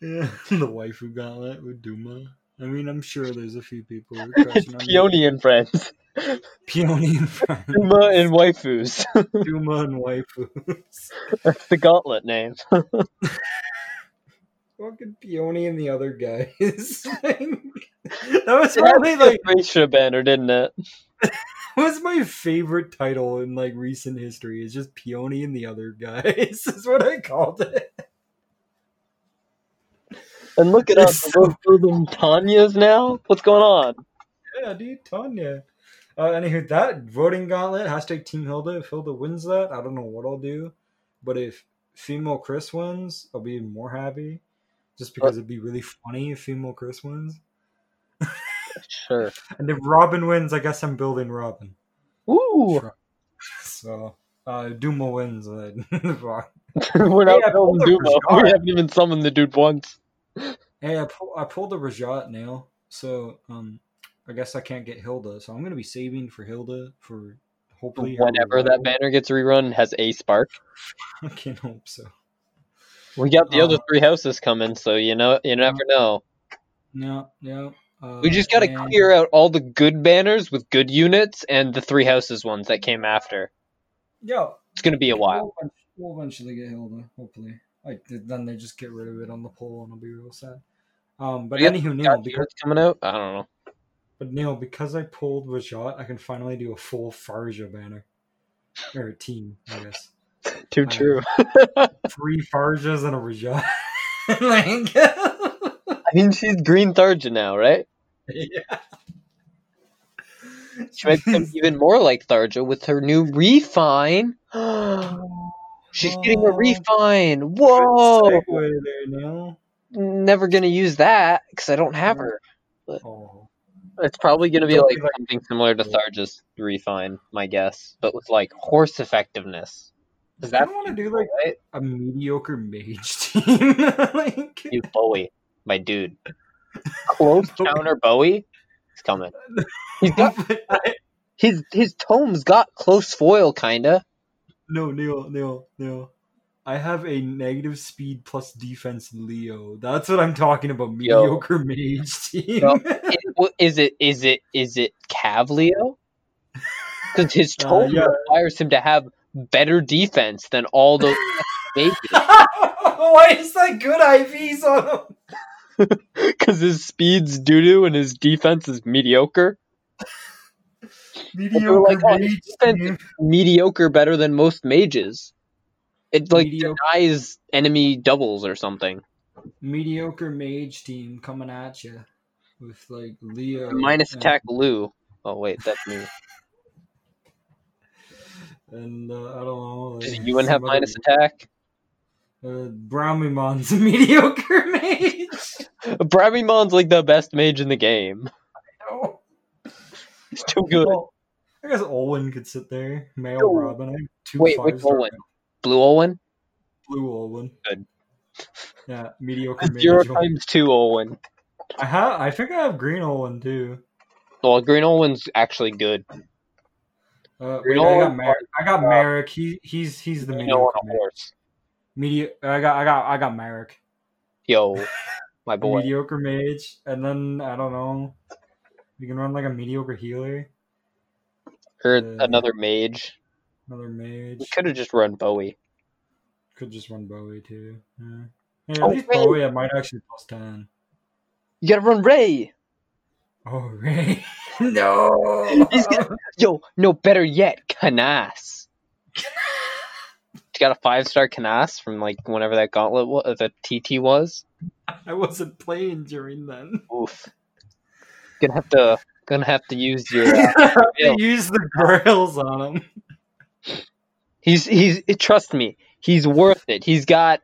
Speaker 2: yeah, the waifu gauntlet with Duma. I mean, I'm sure there's a few people who are crushing on me.
Speaker 1: Peony and friends,
Speaker 2: Peony in front.
Speaker 1: Duma and waifus.
Speaker 2: Duma and waifus.
Speaker 1: That's the gauntlet name.
Speaker 2: Fucking Peony and the other guys. that was
Speaker 1: Yeah,
Speaker 2: probably like
Speaker 1: Ratio banner, didn't it?
Speaker 2: What's my favorite title in like recent history? Is just Peony and the other guys. Is what I called it.
Speaker 1: And look at us,
Speaker 2: It's
Speaker 1: we're both building Tanya's now? What's going on?
Speaker 2: Yeah, dude, Tanya. Uh, anywho, that voting gauntlet hashtag Team Hilda. If Hilda wins that, I don't know what I'll do, but if female Chris wins, I'll be even more happy. Just because it'd be really funny if female Chris wins,
Speaker 1: Sure.
Speaker 2: and if Robin wins, I guess I'm building Robin.
Speaker 1: Ooh,
Speaker 2: Sure. So uh, Duma wins. Then.
Speaker 1: we're not
Speaker 2: Yeah,
Speaker 1: building
Speaker 2: both of
Speaker 1: Dumo.
Speaker 2: us are.
Speaker 1: We haven't even summoned the dude once.
Speaker 2: Hey, I, pull, I pulled the Rajat now, so um, I guess I can't get Hilda, so I'm gonna be saving for Hilda for hopefully her
Speaker 1: Whenever that
Speaker 2: revival.
Speaker 1: banner gets rerun, it has a spark.
Speaker 2: I can hope so.
Speaker 1: We got the other
Speaker 2: Uh,
Speaker 1: three houses coming, so you know
Speaker 2: Uh-huh.
Speaker 1: you never know.
Speaker 2: No, no. Uh,
Speaker 1: We just gotta
Speaker 2: and-
Speaker 1: clear out all the good banners with good units and the three houses ones that came after.
Speaker 2: Yeah,
Speaker 1: It's gonna be a while.
Speaker 2: we'll, ev- we'll eventually get Hilda, hopefully. Like th- then they just get rid of it on the poll, and I'll be real sad. Um, but
Speaker 1: Yeah,
Speaker 2: anywho, Neil,
Speaker 1: Got
Speaker 2: because
Speaker 1: units coming out? I don't know.
Speaker 2: but Neil, because I pulled Rajat, I can finally do a full Farja banner or team, I guess.
Speaker 1: Too
Speaker 2: Uh,
Speaker 1: true.
Speaker 2: Three Farjas and a Rajat. like,
Speaker 1: I mean, she's Green Tharja now, right?
Speaker 2: yeah.
Speaker 1: She might become even more like Tharja with her new refine. She's getting a
Speaker 2: Oh.
Speaker 1: refine.
Speaker 2: Good
Speaker 1: Whoa!
Speaker 2: segue there, Neil.
Speaker 1: Never gonna use that because I don't have
Speaker 2: Yeah.
Speaker 1: her.
Speaker 2: Oh,
Speaker 1: It's probably gonna be
Speaker 2: Mm-hmm. Don't
Speaker 1: like
Speaker 2: be like- Mm-hmm.
Speaker 1: something similar to Tharja's refine, my guess, but with like horse effectiveness. Is
Speaker 2: I
Speaker 1: that
Speaker 2: want to do like
Speaker 1: right?
Speaker 2: a mediocre mage team. like,
Speaker 1: You Bowie, my dude. Close counter Bowie. He's coming. He's got
Speaker 2: But I-
Speaker 1: his his tomes got close foil kinda.
Speaker 2: no, Neil, Neil, Neil. I have a negative speed plus defense Leo. That's what I'm talking about.
Speaker 1: Yo.
Speaker 2: Mediocre mage team.
Speaker 1: Yo. It, wha- is it is it is it Cavlio? Because his
Speaker 2: Uh,
Speaker 1: tome
Speaker 2: yeah.
Speaker 1: requires him to have better defense than all those babies.
Speaker 2: Why is that good IVs on him?
Speaker 1: Because his speed's doo doo and his defense is mediocre.
Speaker 2: Mediocre
Speaker 1: they're like, oh,
Speaker 2: mage
Speaker 1: defense
Speaker 2: team.
Speaker 1: Mediocre better than most mages. It like
Speaker 2: Mediocre.
Speaker 1: denies enemy doubles or something.
Speaker 2: Mediocre mage team coming at you with like Leo.
Speaker 1: Minus
Speaker 2: and-
Speaker 1: attack Lou. Oh wait, that's me.
Speaker 2: and uh, I don't know. Like,
Speaker 1: Does Ewan have
Speaker 2: some other-
Speaker 1: minus attack?
Speaker 2: Uh, Brahmimon's a mediocre mage.
Speaker 1: Bravimon's like the best mage in the game.
Speaker 2: No.
Speaker 1: He's too good.
Speaker 2: Oh, Well, I guess Olwen could sit there. Male
Speaker 1: No.
Speaker 2: Robin. I have two
Speaker 1: Wait, which
Speaker 2: five-star
Speaker 1: Olwen? Blue Olwen?
Speaker 2: Blue Olwen.
Speaker 1: Good.
Speaker 2: Yeah, mediocre mage.
Speaker 1: Zero
Speaker 2: Olwen.
Speaker 1: times two Olwen.
Speaker 2: I have. I think I have green Olwen too.
Speaker 1: Well, Green Olwen's actually good.
Speaker 2: Uh,
Speaker 1: Green
Speaker 2: wait, I
Speaker 1: Olwen
Speaker 2: got Merrick. I got
Speaker 1: uh,
Speaker 2: Merrick. He he's he's the
Speaker 1: Green
Speaker 2: mediocre
Speaker 1: Olwen a
Speaker 2: mage.
Speaker 1: horse.
Speaker 2: Medi- I got I got I got Merrick.
Speaker 1: Yo, my
Speaker 2: The
Speaker 1: boy.
Speaker 2: mediocre mage, and then I don't know. We can run like a mediocre healer,
Speaker 1: Or
Speaker 2: Uh,
Speaker 1: another mage.
Speaker 2: another
Speaker 1: We
Speaker 2: mage.
Speaker 1: could have just run Bowie.
Speaker 2: Could just run Bowie too. Yeah. Hey, at
Speaker 1: Oh,
Speaker 2: least
Speaker 1: Ray.
Speaker 2: Bowie, I might actually plus ten.
Speaker 1: You gotta run Ray!
Speaker 2: Oh Ray, no.
Speaker 1: He's got- Yo, no, better yet, Kanas. You got a five star Kanas from like whenever that gauntlet was, the TT was.
Speaker 2: I wasn't playing during then.
Speaker 1: Oof. Gonna have to, gonna have to use your. Uh,
Speaker 2: I
Speaker 1: Ew.
Speaker 2: used the grills on him.
Speaker 1: he's he's. Trust me, he's worth it. He's got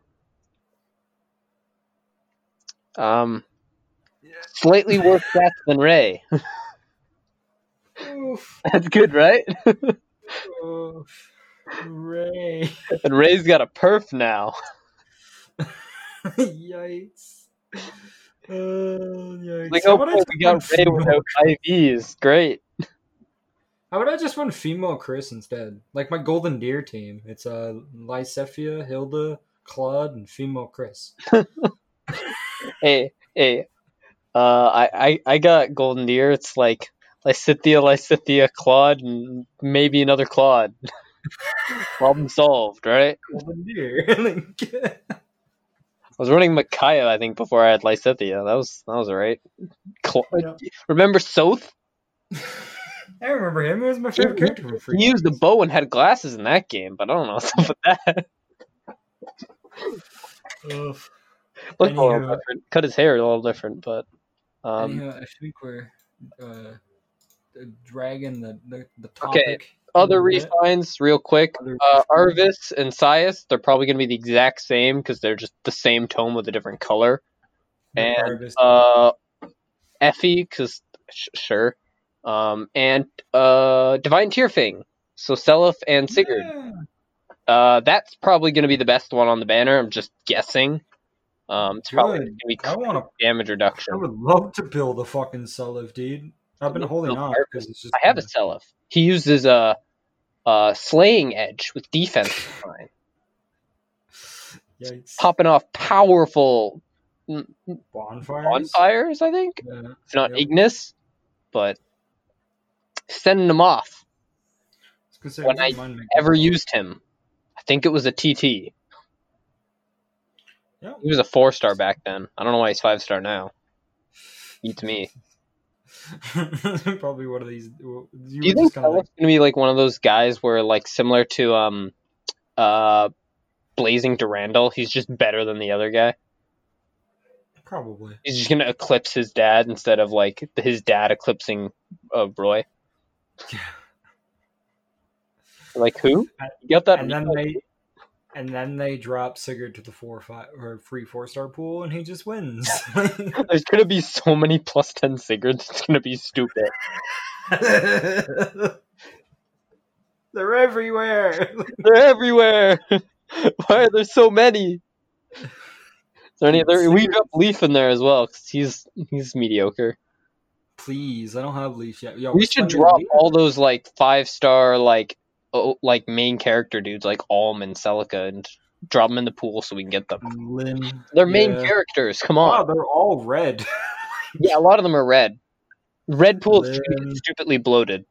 Speaker 1: um slightly worse stats than Ray.
Speaker 2: Oof.
Speaker 1: That's good, right?
Speaker 2: Oof. Ray,
Speaker 1: And Ray's got a perf now.
Speaker 2: yikes. Uh, yikes.
Speaker 1: Like,
Speaker 2: how
Speaker 1: oh,
Speaker 2: about I
Speaker 1: cool,
Speaker 2: just
Speaker 1: we
Speaker 2: run
Speaker 1: got Ray
Speaker 2: female?
Speaker 1: without IVs. Great.
Speaker 2: How about I just run female Chris instead? Like my Golden Deer team. It's uh, Lysephia, Hilda, Claude, and female Chris.
Speaker 1: Hey, hey. Uh, I, I, I got Golden Deer. It's like Lysithia, Lysithia, Claude, and maybe another Claude. Problem solved, right?
Speaker 2: Golden Deer. Like-
Speaker 1: I was running Micaiah, I think, before I had Lysithia. That was that was alright. Cla-
Speaker 2: Yeah.
Speaker 1: Remember Soth?
Speaker 2: I remember him. He was my favorite
Speaker 1: He-
Speaker 2: character from Free.
Speaker 1: He used a bow and had glasses in that game, but I don't know what's up with that.
Speaker 2: Ugh.
Speaker 1: Looked a little
Speaker 2: Anywho.
Speaker 1: different. Cut his hair a little different, but um,
Speaker 2: Anyhow, I think we're uh, dragging the, the, the topic.
Speaker 1: Okay, other
Speaker 2: a little bit.
Speaker 1: refines real quick.
Speaker 2: Other
Speaker 1: Uh,
Speaker 2: refines.
Speaker 1: Arvis and Sias, they're probably going to be the exact same because they're just the same tome with a different color.
Speaker 2: The
Speaker 1: and,
Speaker 2: harvest.
Speaker 1: Uh, Effie, because sh- sure. Um, and uh, Divine Tearfing. So Selif and Sigurd.
Speaker 2: Yeah.
Speaker 1: Uh, that's probably going to be the best one on the banner. I'm just guessing. Um, it's probably
Speaker 2: Good.
Speaker 1: gonna be
Speaker 2: I want to.
Speaker 1: damage
Speaker 2: I
Speaker 1: reduction.
Speaker 2: would love to build a fucking Selif, dude. I've been
Speaker 1: Build
Speaker 2: holding
Speaker 1: a
Speaker 2: off
Speaker 1: Selif.
Speaker 2: because it's just.
Speaker 1: I have a Selif. He uses a, a slaying edge with defense, line,
Speaker 2: Yikes.
Speaker 1: popping off powerful
Speaker 2: bonfires.
Speaker 1: bonfires. I think
Speaker 2: Yeah.
Speaker 1: it's not
Speaker 2: Yep.
Speaker 1: Ignis, but sending him off.
Speaker 2: I was gonna say,
Speaker 1: When
Speaker 2: wouldn't
Speaker 1: I
Speaker 2: mind making
Speaker 1: Ever
Speaker 2: a-
Speaker 1: used him? I think it was a TT.
Speaker 2: Yeah.
Speaker 1: He was a four star back then. I don't know why he's five star now. Beats me.
Speaker 2: Probably one of these. You,
Speaker 1: Do you
Speaker 2: were
Speaker 1: think
Speaker 2: just kinda
Speaker 1: Selif's gonna be like one of those guys where like similar to um uh Blazing Durandal, he's just better than the other guy.
Speaker 2: like, probably.
Speaker 1: He's just gonna eclipse his dad instead of like his dad eclipsing uh, Roy.
Speaker 2: Yeah.
Speaker 1: Like who? You got that?
Speaker 2: and then they and then they drop Sigurd to the four five or free four star pool, and he just wins.
Speaker 1: There's gonna be so many plus ten Sigurds. It's gonna be stupid.
Speaker 2: They're everywhere.
Speaker 1: They're everywhere. Why are there so many? Is there any other? We drop Leaf in there as well because he's he's mediocre.
Speaker 2: Please, I don't have leash yet. Yo,
Speaker 1: we
Speaker 2: we're
Speaker 1: should
Speaker 2: spending
Speaker 1: drop
Speaker 2: leash-
Speaker 1: all those like five star like oh, like main character dudes like Alm and Celica and drop them in the pool so we can get them.
Speaker 2: Lim.
Speaker 1: They're main
Speaker 2: Yeah.
Speaker 1: characters. Come
Speaker 2: Wow,
Speaker 1: on.
Speaker 2: Oh, they're all red.
Speaker 1: Yeah, a lot of them are red. Red pool is
Speaker 2: Lim.
Speaker 1: stupid, stupidly bloated.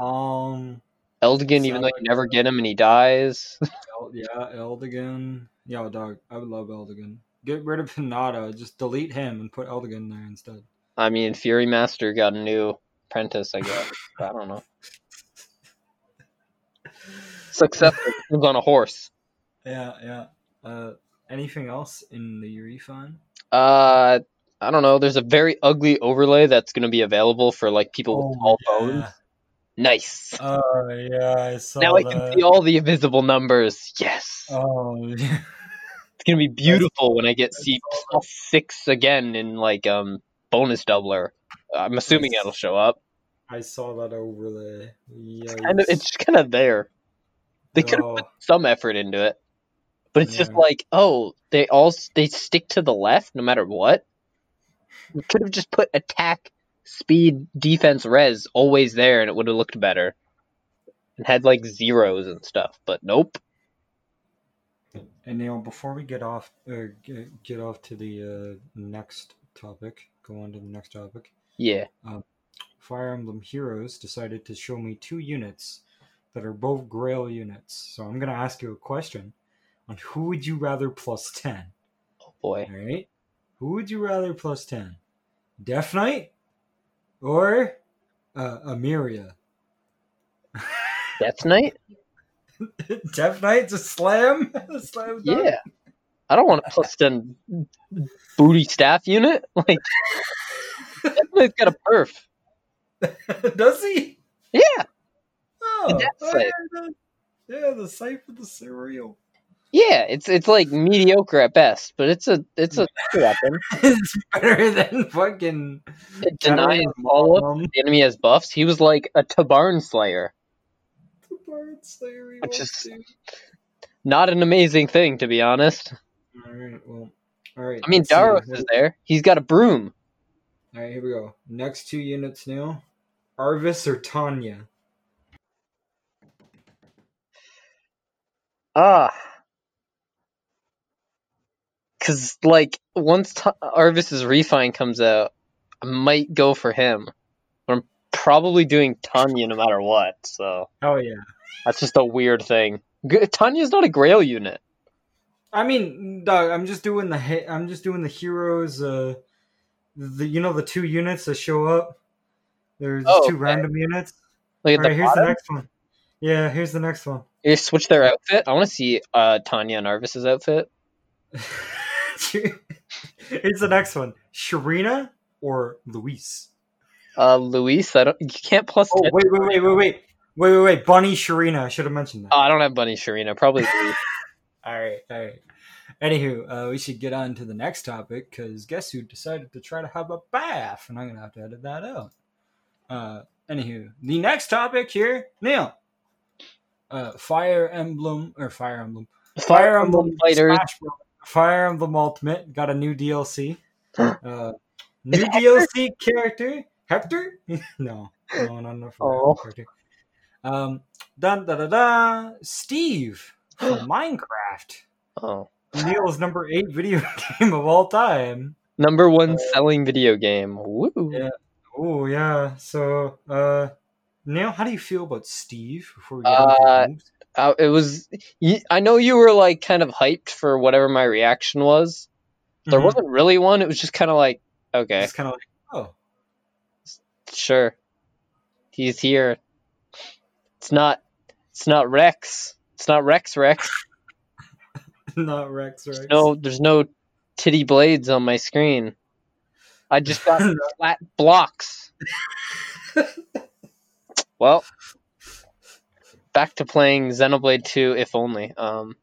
Speaker 2: Um,
Speaker 1: Eldigan, even though you
Speaker 2: Celica.
Speaker 1: never get him and he dies.
Speaker 2: El- yeah, Eldigan. Yo, dog, I would love Eldigan. Get rid of Hinata. Just delete him and put Eldigan there instead.
Speaker 1: I mean, Fury Master got a new apprentice. I guess I don't know. Successful He's on a horse.
Speaker 2: Yeah, yeah. Uh, anything else in the refine?
Speaker 1: Uh, I don't know. There's a very ugly overlay that's going to be available for like people with tall bones. Nice.
Speaker 2: Oh yeah, I saw
Speaker 1: now I can see all the invisible numbers. Yes.
Speaker 2: Oh yeah.
Speaker 1: it's gonna be beautiful when I get
Speaker 2: I
Speaker 1: C
Speaker 2: saw
Speaker 1: plus six again in like um bonus doubler. I'm assuming
Speaker 2: Nice.
Speaker 1: it'll show up.
Speaker 2: I saw that overlay. Yeah,
Speaker 1: Kind of, it's kind of there. They could have put some effort into it, but it's just
Speaker 2: Yeah.
Speaker 1: like, oh, they all s- they stick to the left no matter what. We could have just put attack, speed, defense, res always there, and it would have looked better. And had like zeros and stuff, but nope.
Speaker 2: And now, before we get off or get, get off to the uh, next topic, go on to the next topic.
Speaker 1: Yeah.
Speaker 2: Fire Emblem Heroes decided to show me two units that are both Grail units. So I'm gonna ask you a question on who would you rather plus ten.
Speaker 1: Oh boy.
Speaker 2: All right. Who would you rather plus 10? Death Knight or uh, Amiria?
Speaker 1: Death Knight.
Speaker 2: Death Knight's a slam? A slam dunk?
Speaker 1: Yeah. I don't want a plus 10 booty staff unit. Like, definitely got a perf.
Speaker 2: Does he?
Speaker 1: Yeah.
Speaker 2: Oh,
Speaker 1: Death
Speaker 2: oh,
Speaker 1: Knight.
Speaker 2: yeah, the- yeah, the sight for the cereal.
Speaker 1: Yeah. It's it's like mediocre at best, but it's a it's a weapon.
Speaker 2: it's better than fucking.
Speaker 1: It denies all up. The enemy has buffs. He was like a Tabarn Slayer. Which is- Not an amazing thing, to be honest.
Speaker 2: Alright, well. Alright.
Speaker 1: I mean,
Speaker 2: let's see.
Speaker 1: Daros is there. He's got a broom.
Speaker 2: All right, here we go. Next two units now. Arvis or Tanya?
Speaker 1: Ah. Because, like, once t- Arvis's refine comes out, I might go for him. But I'm probably doing Tanya no matter what, so
Speaker 2: Oh yeah.
Speaker 1: that's just a weird thing. G- Tanya's not a Grail unit.
Speaker 2: I mean, dog. I'm just doing the. he- I'm just doing the heroes. Uh, the you know the two units that show up. There's
Speaker 1: Oh,
Speaker 2: just two
Speaker 1: okay.
Speaker 2: random units.
Speaker 1: Like,
Speaker 2: All
Speaker 1: at
Speaker 2: right,
Speaker 1: the
Speaker 2: here's the
Speaker 1: bottom,
Speaker 2: next one. Yeah, here's the next one.
Speaker 1: you switch their outfit. I want to see uh, Tanya and Arvis's outfit.
Speaker 2: here's the next one. Sharina or Luis?
Speaker 1: Uh, Luis, I don't, you can't plus
Speaker 2: Oh
Speaker 1: 10.
Speaker 2: wait, wait, wait, wait, wait, wait, wait, wait. Bunny Sharina. I should have mentioned that.
Speaker 1: Oh, I don't have Bunny Sharina. Probably Luis.
Speaker 2: All right, all right. Anywho, uh, we should get on to the next topic because guess who decided to try to have a bath, and I'm gonna have to edit that out. Uh, anywho, the next topic here, Neil. Uh, Fire Emblem or Fire Emblem?
Speaker 1: Fire Emblem Fighters
Speaker 2: Smash Bros. Fire Emblem Ultimate got a new DLC. Uh, new DLC character Hector? no, no, no, no. For
Speaker 1: Oh.
Speaker 2: Character. Um, dun da da da. Steve from Minecraft,
Speaker 1: Oh.
Speaker 2: Neil's number eight video game of all time.
Speaker 1: Number one selling video game. Woo.
Speaker 2: Uh, Yeah. Oh yeah. So, uh, Neil, how do you feel about Steve? Before we get
Speaker 1: Uh,
Speaker 2: into moves?
Speaker 1: Uh, it was. y- I know you were like kind of hyped for whatever my reaction was. There
Speaker 2: Mhm.
Speaker 1: wasn't really one. It was just kind of like, okay,
Speaker 2: It's kind of like, oh,
Speaker 1: sure, he's here. It's not. It's not Rex. It's not Rex. Rex.
Speaker 2: not Rex, Rex.
Speaker 1: There's no. There's no titty blades on my screen. I just got flat blocks. well, back to playing Xenoblade 2, if only. Um,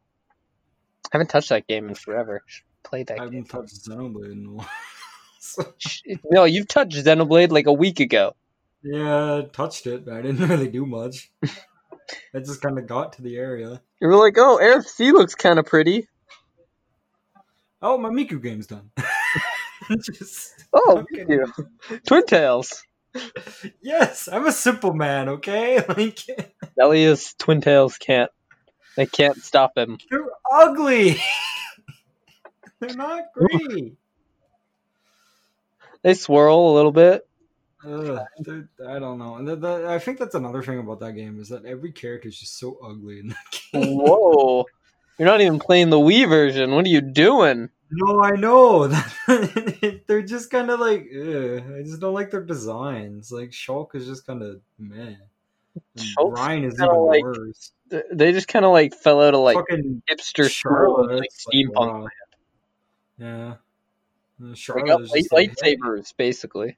Speaker 1: I haven't touched that game in forever. Should Play that
Speaker 2: I
Speaker 1: game.
Speaker 2: haven't touched Xenoblade in a while. So,
Speaker 1: Sh- No, you've touched Xenoblade like a week ago.
Speaker 2: yeah, I touched it, but I didn't really do much. I just kind of got to the area.
Speaker 1: You were like, oh, AFC looks kind of pretty.
Speaker 2: Oh, my Miku game's done. Just-
Speaker 1: Oh,
Speaker 2: Okay.
Speaker 1: you. Twin Tails.
Speaker 2: yes, I'm a simple man, okay? Like,
Speaker 1: Elias Twin Tails can't. They can't stop him.
Speaker 2: they're ugly. they're not great.
Speaker 1: They swirl a little bit.
Speaker 2: Ugh, they're- I don't know. And the, the, I think that's another thing about that game is that every character is just so ugly in that game.
Speaker 1: Whoa. You're not even playing the Wii version. What are you doing?
Speaker 2: No, I know. They're just kind of like, ugh. I just don't like their designs. Like Shulk is just kind of meh. And
Speaker 1: Shulk's
Speaker 2: Ryan is
Speaker 1: kinda
Speaker 2: even
Speaker 1: like-
Speaker 2: worse.
Speaker 1: Th- They just kind of like fell out of like
Speaker 2: Fucking
Speaker 1: hipster school
Speaker 2: Charlotte,
Speaker 1: of, like
Speaker 2: it's like,
Speaker 1: steampunk.
Speaker 2: wow. Yeah. And
Speaker 1: oh, They
Speaker 2: Charlotte
Speaker 1: got
Speaker 2: is
Speaker 1: light,
Speaker 2: just like,
Speaker 1: lightsabers basically.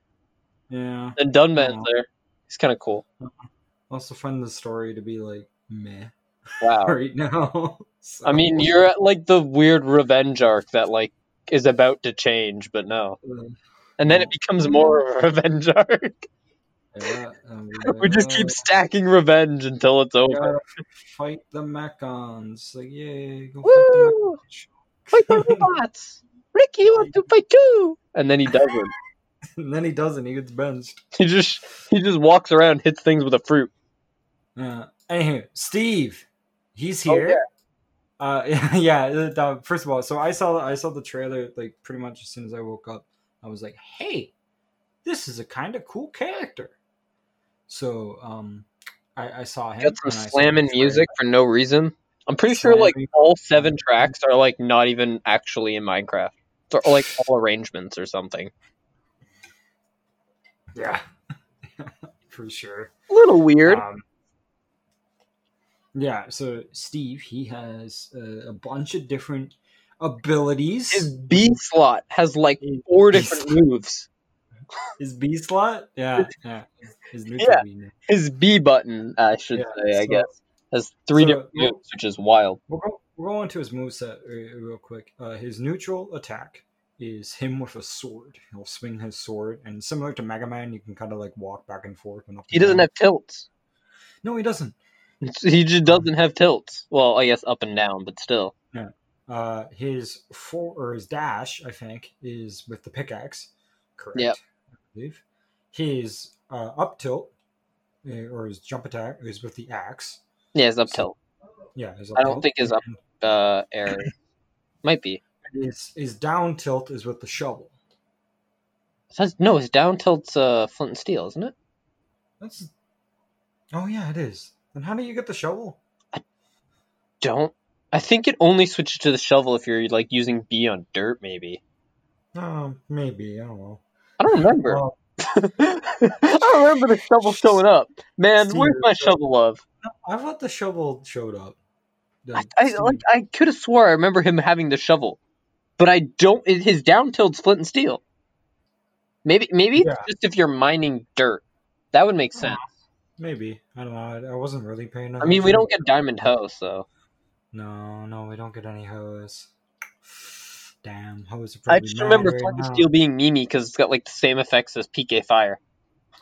Speaker 2: yeah.
Speaker 1: And Dunman's
Speaker 2: Aw.
Speaker 1: there. He's kind of cool.
Speaker 2: Also find the story to be like meh
Speaker 1: Wow.
Speaker 2: right now. So-
Speaker 1: I mean, you're at like the weird revenge arc that like is about to change, but no.
Speaker 2: uh,
Speaker 1: And then it becomes more of a revenge arc.
Speaker 2: Yeah, and
Speaker 1: We just keep
Speaker 2: uh,
Speaker 1: stacking revenge until it's over.
Speaker 2: gotta fight the Mechons. Like, yay, go fight the Mechons.
Speaker 1: Woo! Fight the robots! Ricky wants to fight too. And then he doesn't.
Speaker 2: and then he doesn't. He gets benched.
Speaker 1: He just he just walks around, hits things with a fruit.
Speaker 2: Uh, anywho, Steve, he's
Speaker 1: Oh,
Speaker 2: here. Uh, yeah. the- the- first of all, so I saw I saw the trailer like pretty much as soon as I woke up. I was like, hey, this is a kind of cool character. So um, I, I saw him.
Speaker 1: Got some
Speaker 2: and I saw
Speaker 1: slamming
Speaker 2: the trailer.
Speaker 1: music for no reason. I'm pretty sure like
Speaker 2: Slamming.
Speaker 1: all seven tracks are like not even actually in Minecraft. They're like all arrangements or something.
Speaker 2: Yeah, for sure.
Speaker 1: A little weird.
Speaker 2: Um, yeah, so Steve, he has uh, a bunch of different abilities.
Speaker 1: His B slot has like
Speaker 2: His-
Speaker 1: four
Speaker 2: B
Speaker 1: different moves.
Speaker 2: His B slot? Yeah, yeah. His neutral
Speaker 1: Yeah.
Speaker 2: beam.
Speaker 1: His B button, I should
Speaker 2: Yeah,
Speaker 1: say, I
Speaker 2: so-
Speaker 1: guess, has three
Speaker 2: so-
Speaker 1: different moves, which is wild.
Speaker 2: We'll go, we'll go into his moveset re- real quick. Uh, his neutral attack is him with a sword. He'll swing his sword, and similar to Mega Man, you can kind of like walk back and forth. And up
Speaker 1: He
Speaker 2: and
Speaker 1: doesn't
Speaker 2: down.
Speaker 1: have tilts.
Speaker 2: No, he doesn't.
Speaker 1: It's- He
Speaker 2: Mm.
Speaker 1: just doesn't have tilts. Well, I guess up and down, but still.
Speaker 2: Uh, his four or his dash, I think, is with the pickaxe. Correct.
Speaker 1: Yep.
Speaker 2: I believe. His uh, up tilt eh, or his jump attack is with the axe.
Speaker 1: Yeah, his up
Speaker 2: So-
Speaker 1: tilt.
Speaker 2: Yeah. His up
Speaker 1: I don't
Speaker 2: tilt.
Speaker 1: think his up-
Speaker 2: And
Speaker 1: Uh, air might be.
Speaker 2: His, his down tilt is with the shovel.
Speaker 1: That's- no, his down tilt's uh, flint and steel, isn't it?
Speaker 2: That's. Oh yeah, it is. And how do you get the shovel?
Speaker 1: Don't. I think it only switches to the shovel if you're like using B on dirt, maybe.
Speaker 2: Um, maybe I don't know. Um,
Speaker 1: I don't remember.
Speaker 2: Well,
Speaker 1: I don't remember the shovel showing up. Man,
Speaker 2: Steve,
Speaker 1: where's my
Speaker 2: so-
Speaker 1: shovel of?
Speaker 2: no, I thought the shovel showed up. The
Speaker 1: I, I
Speaker 2: Steve-
Speaker 1: like I could have swore I remember him having the shovel, but I don't. It, his down tilt's flint and steel. Maybe maybe it's
Speaker 2: Yeah. Ah,
Speaker 1: just if you're mining dirt, that would make sense.
Speaker 2: maybe I don't know. I, I wasn't really paying.
Speaker 1: I mean, we
Speaker 2: attention.
Speaker 1: don't get diamond hose though.
Speaker 2: No, no, we don't get any hose. Damn, hose. Are
Speaker 1: I
Speaker 2: probably
Speaker 1: just
Speaker 2: mad
Speaker 1: remember
Speaker 2: right
Speaker 1: flint and
Speaker 2: now.
Speaker 1: steel being Mimi because it's got like the same effects as PK fire,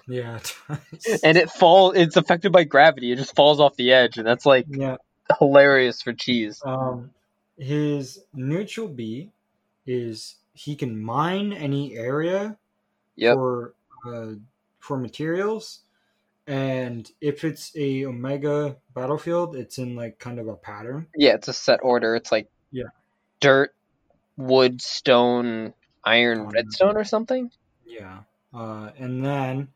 Speaker 2: Yeah. it does.
Speaker 1: and it fall. It's affected by gravity. It just falls off the edge, and that's like
Speaker 2: yeah.
Speaker 1: hilarious for cheese.
Speaker 2: Um. his neutral B is he can mine any area
Speaker 3: Yep.
Speaker 2: for uh, for materials, and if it's a Omega battlefield, it's in like kind of a pattern.
Speaker 3: Yeah, it's a set order. It's like
Speaker 2: Yeah.
Speaker 3: dirt, wood, stone, iron,
Speaker 2: Um,
Speaker 3: redstone, or something.
Speaker 2: Yeah. Uh, and then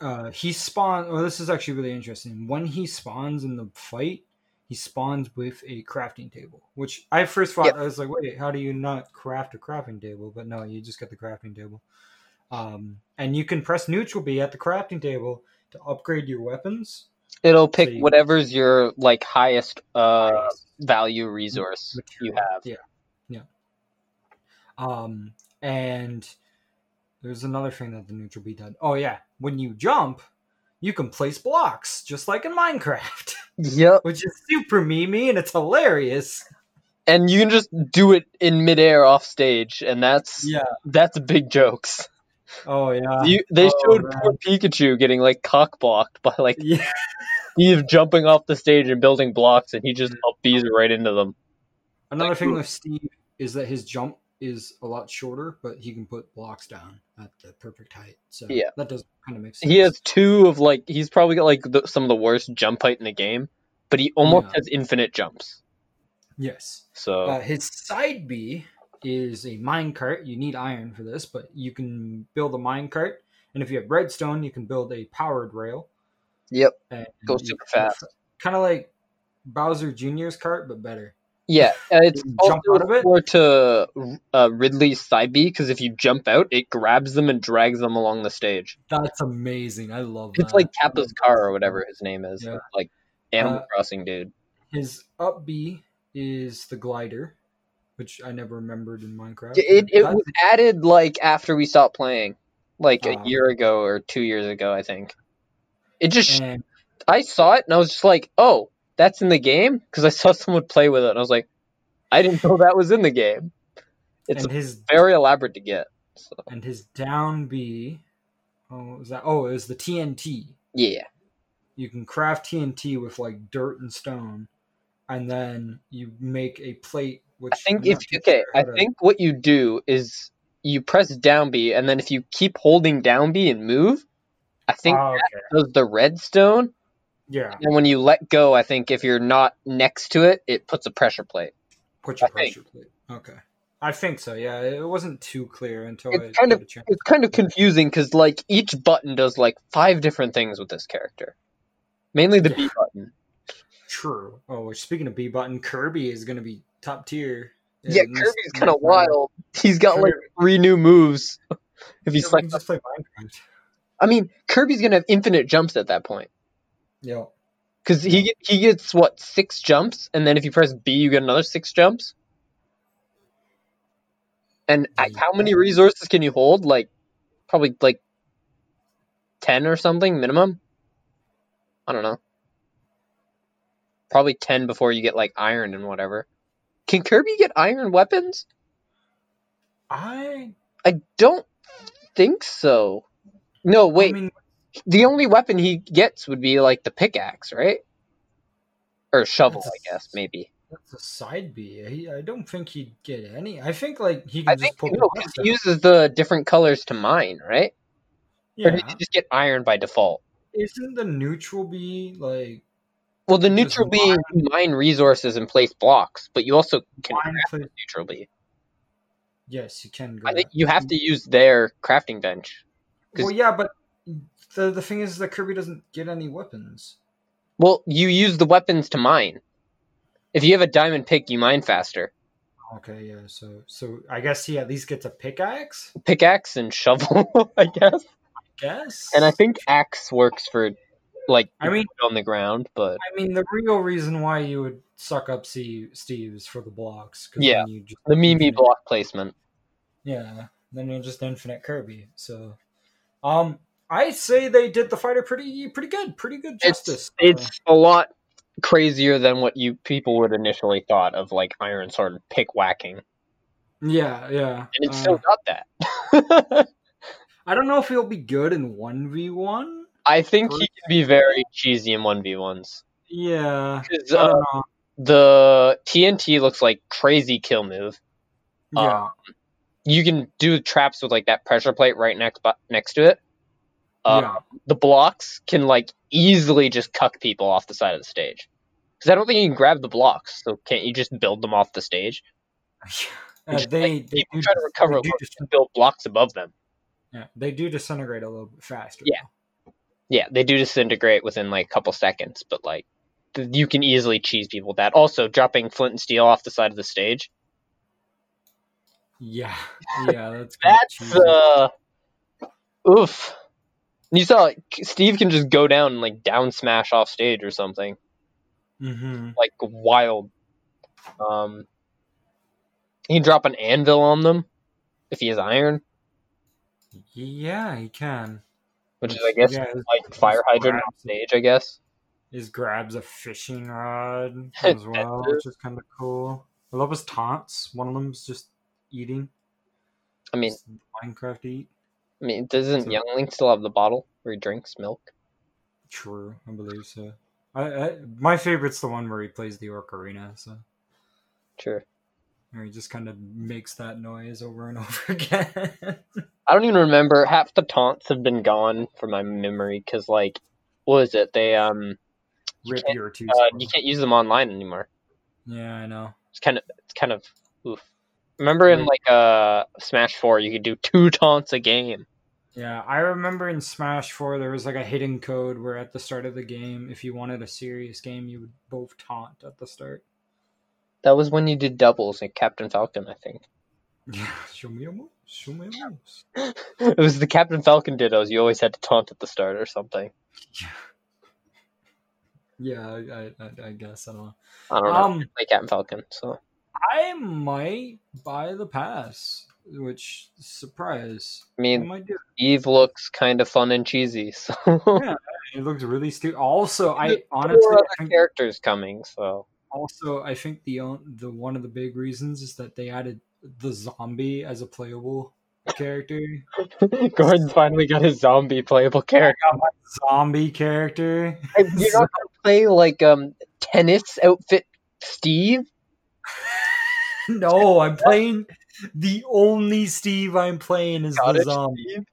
Speaker 2: uh, he spawns. Oh, this is actually really interesting. When he spawns in the fight, he spawns with a crafting table, which I first thought,
Speaker 3: Yep.
Speaker 2: I was like, wait, how do you not craft a crafting table? But no, you just get the crafting table. Um, and you can press neutral B at the crafting table to upgrade your weapons,
Speaker 1: It'll pick
Speaker 2: you-
Speaker 1: whatever's your like highest uh
Speaker 2: Yes.
Speaker 1: value resource you
Speaker 2: material.
Speaker 1: have.
Speaker 2: Um, and there's another thing that the neutral B did. Oh yeah, when you jump, you can place blocks just like in Minecraft,
Speaker 1: Yep.
Speaker 2: which is super memey and it's hilarious.
Speaker 1: And you can just do it in midair off stage and that's
Speaker 2: Yeah.
Speaker 1: that's big jokes.
Speaker 2: Oh yeah.
Speaker 1: You, they
Speaker 2: oh,
Speaker 1: showed
Speaker 2: man.
Speaker 1: poor Pikachu getting like cock blocked by like
Speaker 2: yeah.
Speaker 1: he's jumping off the stage and building blocks and he just
Speaker 2: Mm.
Speaker 1: upbees right into them.
Speaker 2: Another
Speaker 1: Like,
Speaker 2: thing
Speaker 1: who-
Speaker 2: with Steve is that his jump is a lot shorter, but he can put blocks down at the perfect height. So
Speaker 1: Yeah.
Speaker 2: that does kind of make sense.
Speaker 1: He has two of like he's probably got like the, some of the worst jump height in the game, but he almost
Speaker 2: Yeah.
Speaker 1: has infinite jumps.
Speaker 2: Yes.
Speaker 1: So
Speaker 2: Uh, his side B is a minecart. You need iron for this, but you can build a minecart. And if you have redstone, you can build a powered rail.
Speaker 3: Yep.
Speaker 2: And
Speaker 3: Goes super fast.
Speaker 2: Kind of like Bowser Jr.'s cart, but better.
Speaker 1: Yeah, uh, it's
Speaker 2: Jump
Speaker 1: also
Speaker 2: out of it?
Speaker 1: similar to uh, Ridley's side B because if you jump out, it grabs them and drags them along the stage.
Speaker 2: That's amazing. I love that.
Speaker 1: It's like Kappa's car or whatever his name is,
Speaker 2: Yeah.
Speaker 1: like Animal
Speaker 2: Uh,
Speaker 1: Crossing dude.
Speaker 2: His up B is the glider, which I never remembered in Minecraft.
Speaker 1: It it
Speaker 2: That's-
Speaker 1: was added like after we stopped playing, like
Speaker 2: Ah.
Speaker 1: a year ago or two years ago, I think. It just
Speaker 2: and
Speaker 1: I saw it and I was just like, oh, that's in the game because I saw someone play with it and I was like, I didn't know that was in the game. It's
Speaker 2: and his
Speaker 1: very elaborate to get. So
Speaker 2: and his down B. Oh, what was that? Oh, it was the TNT.
Speaker 1: yeah,
Speaker 2: you can craft TNT with like dirt and stone, and then you make a plate. Which
Speaker 1: I think
Speaker 2: I'm
Speaker 1: if
Speaker 2: not too
Speaker 1: okay,
Speaker 2: sure how
Speaker 1: I
Speaker 2: to-
Speaker 1: think what you do is you press down B, and then if you keep holding down B and move, I think
Speaker 2: Ah, okay.
Speaker 1: that does the redstone.
Speaker 2: yeah,
Speaker 1: And when you let go, I think if you're not next to it, it puts a pressure plate.
Speaker 2: put your
Speaker 1: I think.
Speaker 2: pressure plate. Okay, I think so. Yeah, it wasn't too clear until
Speaker 1: It's
Speaker 2: I
Speaker 1: kind
Speaker 2: did a check.
Speaker 1: It's kind of confusing because like each button does like five different things with this character, mainly the B button.
Speaker 2: True. Oh, which, speaking of B button, Kirby is going to be top tier. in
Speaker 1: Yeah,
Speaker 2: this-
Speaker 1: Kirby's kind of wild. He's got like
Speaker 2: Kirby-
Speaker 1: three new moves. if you
Speaker 2: Kirby
Speaker 1: select,
Speaker 2: can just play Minecraft.
Speaker 1: I mean, Kirby's gonna have infinite jumps at that point.
Speaker 2: Yeah.
Speaker 1: Because he get- he gets what six jumps, and then if you press B, you get another six jumps. And I- how many resources can you hold? Like, probably like ten or something minimum. I don't know. Probably ten before you get like iron and whatever. Can Kirby get iron weapons?
Speaker 2: I
Speaker 1: I don't think so. No, wait.
Speaker 2: I mean,
Speaker 1: the only weapon he gets would be like the pickaxe, right? Or shovel,
Speaker 2: That's-
Speaker 1: I guess maybe.
Speaker 2: that's a side B. He, I don't think he'd get any. I think like he can
Speaker 1: I think
Speaker 2: just pull.
Speaker 1: no, 'cause he uses the different colors to mine, right? Or
Speaker 2: yeah.
Speaker 1: did he just get iron by default?
Speaker 2: Isn't the neutral B like
Speaker 1: Well, the
Speaker 2: Just
Speaker 1: neutral being you mine resources and place blocks, but you also can
Speaker 2: wine
Speaker 1: craft
Speaker 2: place?
Speaker 1: neutral bee.
Speaker 2: Yes, you can go.
Speaker 1: I think
Speaker 2: that.
Speaker 1: you have to use their crafting bench. 'cause-
Speaker 2: Well, yeah, but the the thing is that Kirby doesn't get any weapons.
Speaker 1: Well, you use the weapons to mine. If you have a diamond pick, you mine faster.
Speaker 2: Okay, yeah. So so I guess he at least gets a pickaxe.
Speaker 1: Pickaxe and shovel, I guess.
Speaker 2: Guess.
Speaker 1: And I think axe works for like
Speaker 2: I mean-
Speaker 1: on the ground, but
Speaker 2: I mean the real reason why you would suck up C- Steve's for the blocks. 'cause
Speaker 1: Yeah.
Speaker 2: then you just
Speaker 1: the Mimi
Speaker 2: infinite-
Speaker 1: block placement.
Speaker 2: Yeah. Then you're just infinite Kirby. So, um, I say they did the fighter pretty pretty good. Pretty good justice. Uh,
Speaker 1: It's a lot crazier than what you people would initially thought of like iron sword pick whacking. And
Speaker 2: yeah, yeah.
Speaker 1: it's
Speaker 2: uh,
Speaker 1: still got that.
Speaker 2: I don't know if he'll be good in one v one.
Speaker 1: I think he can be very cheesy in one v ones.
Speaker 2: Yeah.
Speaker 1: Because
Speaker 2: I
Speaker 1: uh,
Speaker 2: don't know.
Speaker 1: the TNT looks like crazy kill move.
Speaker 2: Yeah.
Speaker 1: You can do traps with like that pressure plate right next bu- next to it. Uh,
Speaker 2: yeah.
Speaker 1: The blocks can like easily just cuck people off the side of the stage. Because I don't think you can grab the blocks, so can't you just build them off the stage?
Speaker 2: Uh,
Speaker 1: just,
Speaker 2: they they
Speaker 1: People
Speaker 2: do
Speaker 1: try to
Speaker 2: dis-
Speaker 1: recover
Speaker 2: they
Speaker 1: and
Speaker 2: do, dis-
Speaker 1: build blocks above them.
Speaker 2: yeah, they do disintegrate a little bit faster.
Speaker 1: Yeah. Yeah, they do disintegrate within like a couple seconds, but like th- you can easily cheese people with that. Also, dropping flint and steel off the side of the stage.
Speaker 2: Yeah. Yeah. That's kinda
Speaker 1: That's
Speaker 2: cheesy.
Speaker 1: uh, oof. You saw like, Steve can just go down and like down smash off stage or something
Speaker 2: Mhm.
Speaker 1: like wild. Um, he can drop an anvil on them if he has iron,
Speaker 2: Yeah, he can.
Speaker 1: which is I guess
Speaker 2: Yeah, his,
Speaker 1: like fire hydrant on
Speaker 2: grabs-
Speaker 1: stage. I guess
Speaker 2: his grabs a fishing rod as well, which is kind of cool. I love his taunts. One of them's just eating.
Speaker 1: I mean
Speaker 2: Just Minecraft eat.
Speaker 1: I mean, doesn't
Speaker 2: So-
Speaker 1: Young Link still have the bottle where he drinks milk?
Speaker 2: True, I believe so. I, I my favorite's the one where he plays the ocarina, so
Speaker 1: Sure.
Speaker 2: where he just kind of makes that noise over and over again.
Speaker 1: I don't even remember. Half the taunts have been gone from my memory because, like, what is it? They um,
Speaker 2: Rip your two.
Speaker 1: uh,
Speaker 2: squirrel.
Speaker 1: you can't use them online anymore.
Speaker 2: Yeah, I know.
Speaker 1: It's kind of, it's kind of oof. Remember in like uh Smash Four, you could do two taunts a game.
Speaker 2: Yeah, I remember in Smash 4 there was like a hidden code where at the start of the game, if you wanted a serious game, you would both taunt at the start.
Speaker 1: That was when you did doubles in Captain Falcon, I think.
Speaker 2: Yeah, show me your moves. Show me your moves.
Speaker 1: It was the Captain Falcon dittos. You always had to taunt at the start or something.
Speaker 2: Yeah, I, I, I- I guess I don't know.
Speaker 1: I don't know.
Speaker 2: Um,
Speaker 1: like Captain Falcon, so
Speaker 2: I might buy the pass, which surprise.
Speaker 1: I
Speaker 2: I
Speaker 1: mean,
Speaker 2: might do.
Speaker 1: Eve looks kind of fun and cheesy. So
Speaker 2: It looks really stupid. Also,
Speaker 1: There's
Speaker 2: I
Speaker 1: four
Speaker 2: honestly
Speaker 1: other
Speaker 2: I think
Speaker 1: characters coming, so
Speaker 2: also I think the on- the one of the big reasons is that they added the zombie as a playable character.
Speaker 1: Gordon finally got his zombie playable character.
Speaker 2: zombie character.
Speaker 1: You're not gonna play like um tennis outfit Steve.
Speaker 2: no, I'm playing the only Steve I'm playing is
Speaker 1: Got
Speaker 2: the
Speaker 1: it,
Speaker 2: zombie.
Speaker 1: Steve?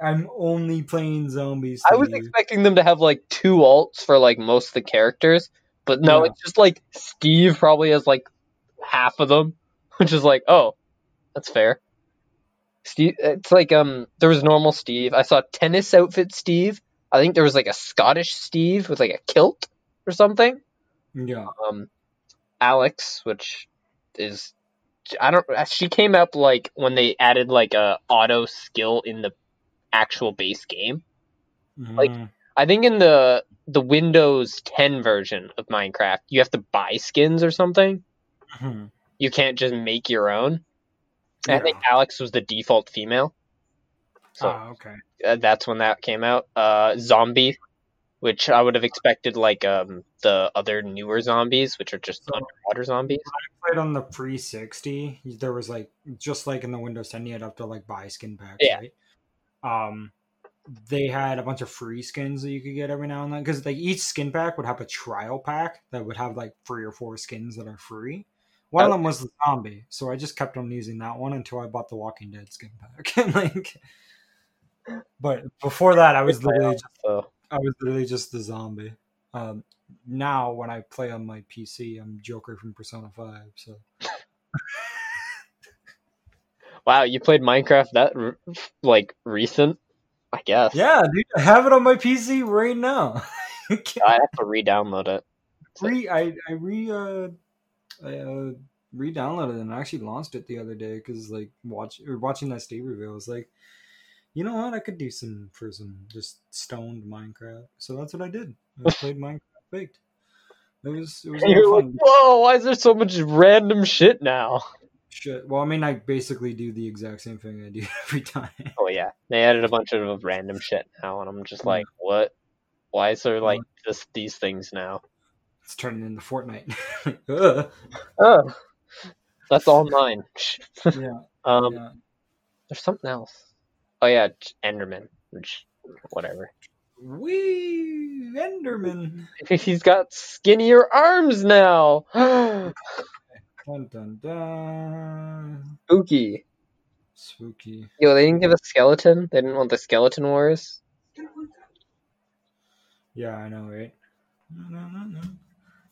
Speaker 2: I'm only playing zombies.
Speaker 1: I was expecting them to have like two alts for like most of the characters, but no,
Speaker 2: Yeah.
Speaker 1: it's just like Steve probably has like half of them, which is like, oh, that's fair. Steve, it's like um, there was normal Steve. I saw tennis outfit Steve. I think there was like a Scottish Steve with like a kilt or something.
Speaker 2: yeah.
Speaker 1: um, Alex, which is I don't. uh, She came up like when they added like a auto skill in the actual base game. Like-
Speaker 2: Mhm.
Speaker 1: I think in the the Windows 10 version of Minecraft, you have to buy skins or something.
Speaker 2: Mhm.
Speaker 1: You can't just make your own. And I think Alex was the default female. So
Speaker 2: Ah, okay.
Speaker 1: uh, that's when that came out. Uh, zombie, which I would have expected like um the other newer zombies, which are just
Speaker 2: So-
Speaker 1: underwater zombies.
Speaker 2: played on the pre 60 there was like just like in the windows 10 you had up to like buy skin packs
Speaker 1: Yeah.
Speaker 2: right um they had a bunch of free skins that you could get every now and then because like each skin pack would have a trial pack that would have like three or four skins that are free one of them was the zombie so i just kept on using that one until i bought the walking dead skin pack and like but before that i was literally just
Speaker 1: So.
Speaker 2: i was literally just the zombie um now when i play on my pc i'm joker from persona 5 so
Speaker 1: Wow, you played Minecraft that r- like recent? I guess.
Speaker 2: Yeah, dude, I have it on my PC right now.
Speaker 1: I have to re-download it.
Speaker 2: re, I, I re, uh, I, uh, re-downloaded it and I actually launched it the other day because like watch or watching that Steve reveal I was like, you know what, I could do some for some just stoned Minecraft. So that's what I did. I played Minecraft baked. It was it was a lot
Speaker 1: You're
Speaker 2: of
Speaker 1: like,
Speaker 2: fun.
Speaker 1: whoa! Why is there so much random shit now?
Speaker 2: Shit. Well, I mean, I basically do the exact same thing I do every time.
Speaker 1: Oh yeah, they added a bunch of random shit now, and I'm just like, what? Why is there like this these things now?
Speaker 2: It's turning into Fortnite. Ugh.
Speaker 1: Oh, that's all mine.
Speaker 2: yeah,
Speaker 1: um,
Speaker 2: yeah.
Speaker 1: there's something else. Oh yeah, Enderman. Which, whatever.
Speaker 2: Wee Enderman.
Speaker 1: He's got skinnier arms now.
Speaker 2: Dun dun dun.
Speaker 1: Spooky.
Speaker 2: Spooky.
Speaker 1: Yo, they didn't give a skeleton. They didn't want the skeleton wars.
Speaker 2: Yeah, I know, right? No, no, no, no.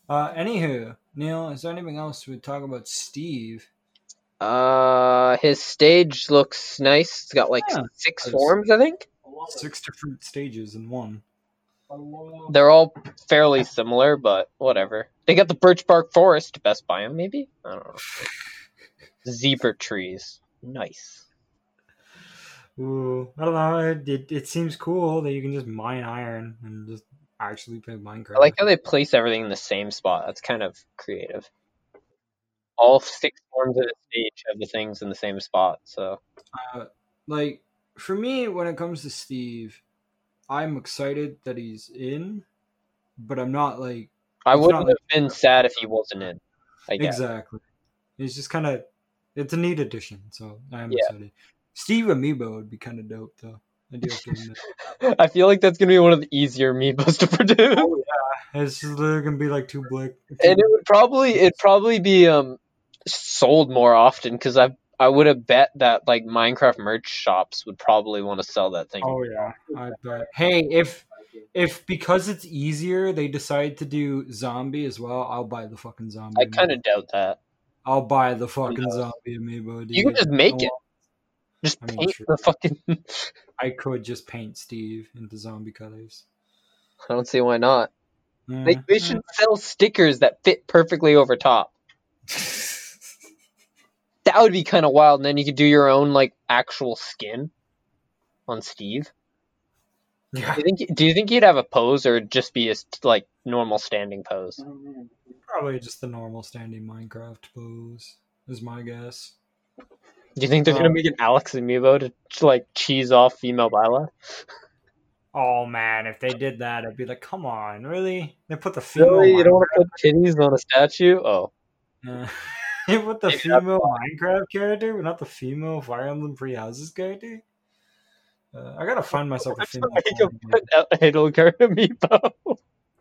Speaker 2: Uh, anywho, Neil, is there anything else we talk about? Steve.
Speaker 1: Uh, his stage looks nice. It's got like
Speaker 2: Yeah.
Speaker 1: six
Speaker 2: Nice.
Speaker 1: forms, I think.
Speaker 2: Six different stages in one.
Speaker 1: They're all fairly similar, but whatever. They got the birch bark forest. Best buy 'em, maybe. I don't know. Zebra trees. Nice.
Speaker 2: Ooh, I don't know. It, it seems cool that you can just mine iron and just actually play Minecraft.
Speaker 1: I like how they place everything in the same spot. That's kind of creative. All six forms of the stage have the things in the same spot. So
Speaker 2: like for me when it comes to steve i'm excited that he's in but i'm not like
Speaker 1: I
Speaker 2: It's not
Speaker 1: wouldn't
Speaker 2: like-
Speaker 1: have been sad if he wasn't in. I guess.
Speaker 2: exactly it's just kind of it's a neat addition so i'm
Speaker 1: Yeah.
Speaker 2: excited steve amiibo would be kind of dope though I do have to admit.
Speaker 1: I feel like that's gonna be one of the easier amiibos to produce.
Speaker 2: oh yeah, it's just literally gonna be like two black.
Speaker 1: and it would probably it'd probably be um sold more often because I I would have bet that like Minecraft merch shops would probably want to sell that thing.
Speaker 2: Oh yeah, I bet. Hey, if if because it's easier, they decide to do zombie as well. I'll buy the fucking zombie.
Speaker 1: I kind of doubt that.
Speaker 2: I'll buy the fucking
Speaker 1: No.
Speaker 2: zombie amiibo.
Speaker 1: You can
Speaker 2: dude.
Speaker 1: just make
Speaker 2: I
Speaker 1: it. Just
Speaker 2: I mean,
Speaker 1: paint
Speaker 2: true.
Speaker 1: the fucking. I
Speaker 2: I could just paint Steve into zombie colors. Mm.
Speaker 1: don't see why not. They,
Speaker 2: Yeah.
Speaker 1: they should sell stickers that fit perfectly over top. That would be kind of wild. And then you could do your own like actual skin on Steve.
Speaker 2: Yeah,
Speaker 1: Do you think Do you think he'd have a pose or it'd just be a st- like normal standing pose?
Speaker 2: probably just the normal standing Minecraft pose is my guess.
Speaker 1: Do you think they're gonna
Speaker 2: Um,
Speaker 1: make an Alex amiibo to to, like cheese off female bylaw?
Speaker 2: Oh man, if they did that, I'd be like, come on, really? They put the female.
Speaker 1: Really, you don't
Speaker 2: Minecraft-
Speaker 1: want to put titties on a statue? Oh,
Speaker 2: Yeah. they put the
Speaker 1: Maybe that's
Speaker 2: female Minecraft character, but not the female Fire Emblem Free Houses character. Uh, I gotta find myself a
Speaker 1: I'm
Speaker 2: female.
Speaker 1: sorry,
Speaker 2: Fire
Speaker 1: you
Speaker 2: Emblem.
Speaker 1: put out Heidelberg amiibo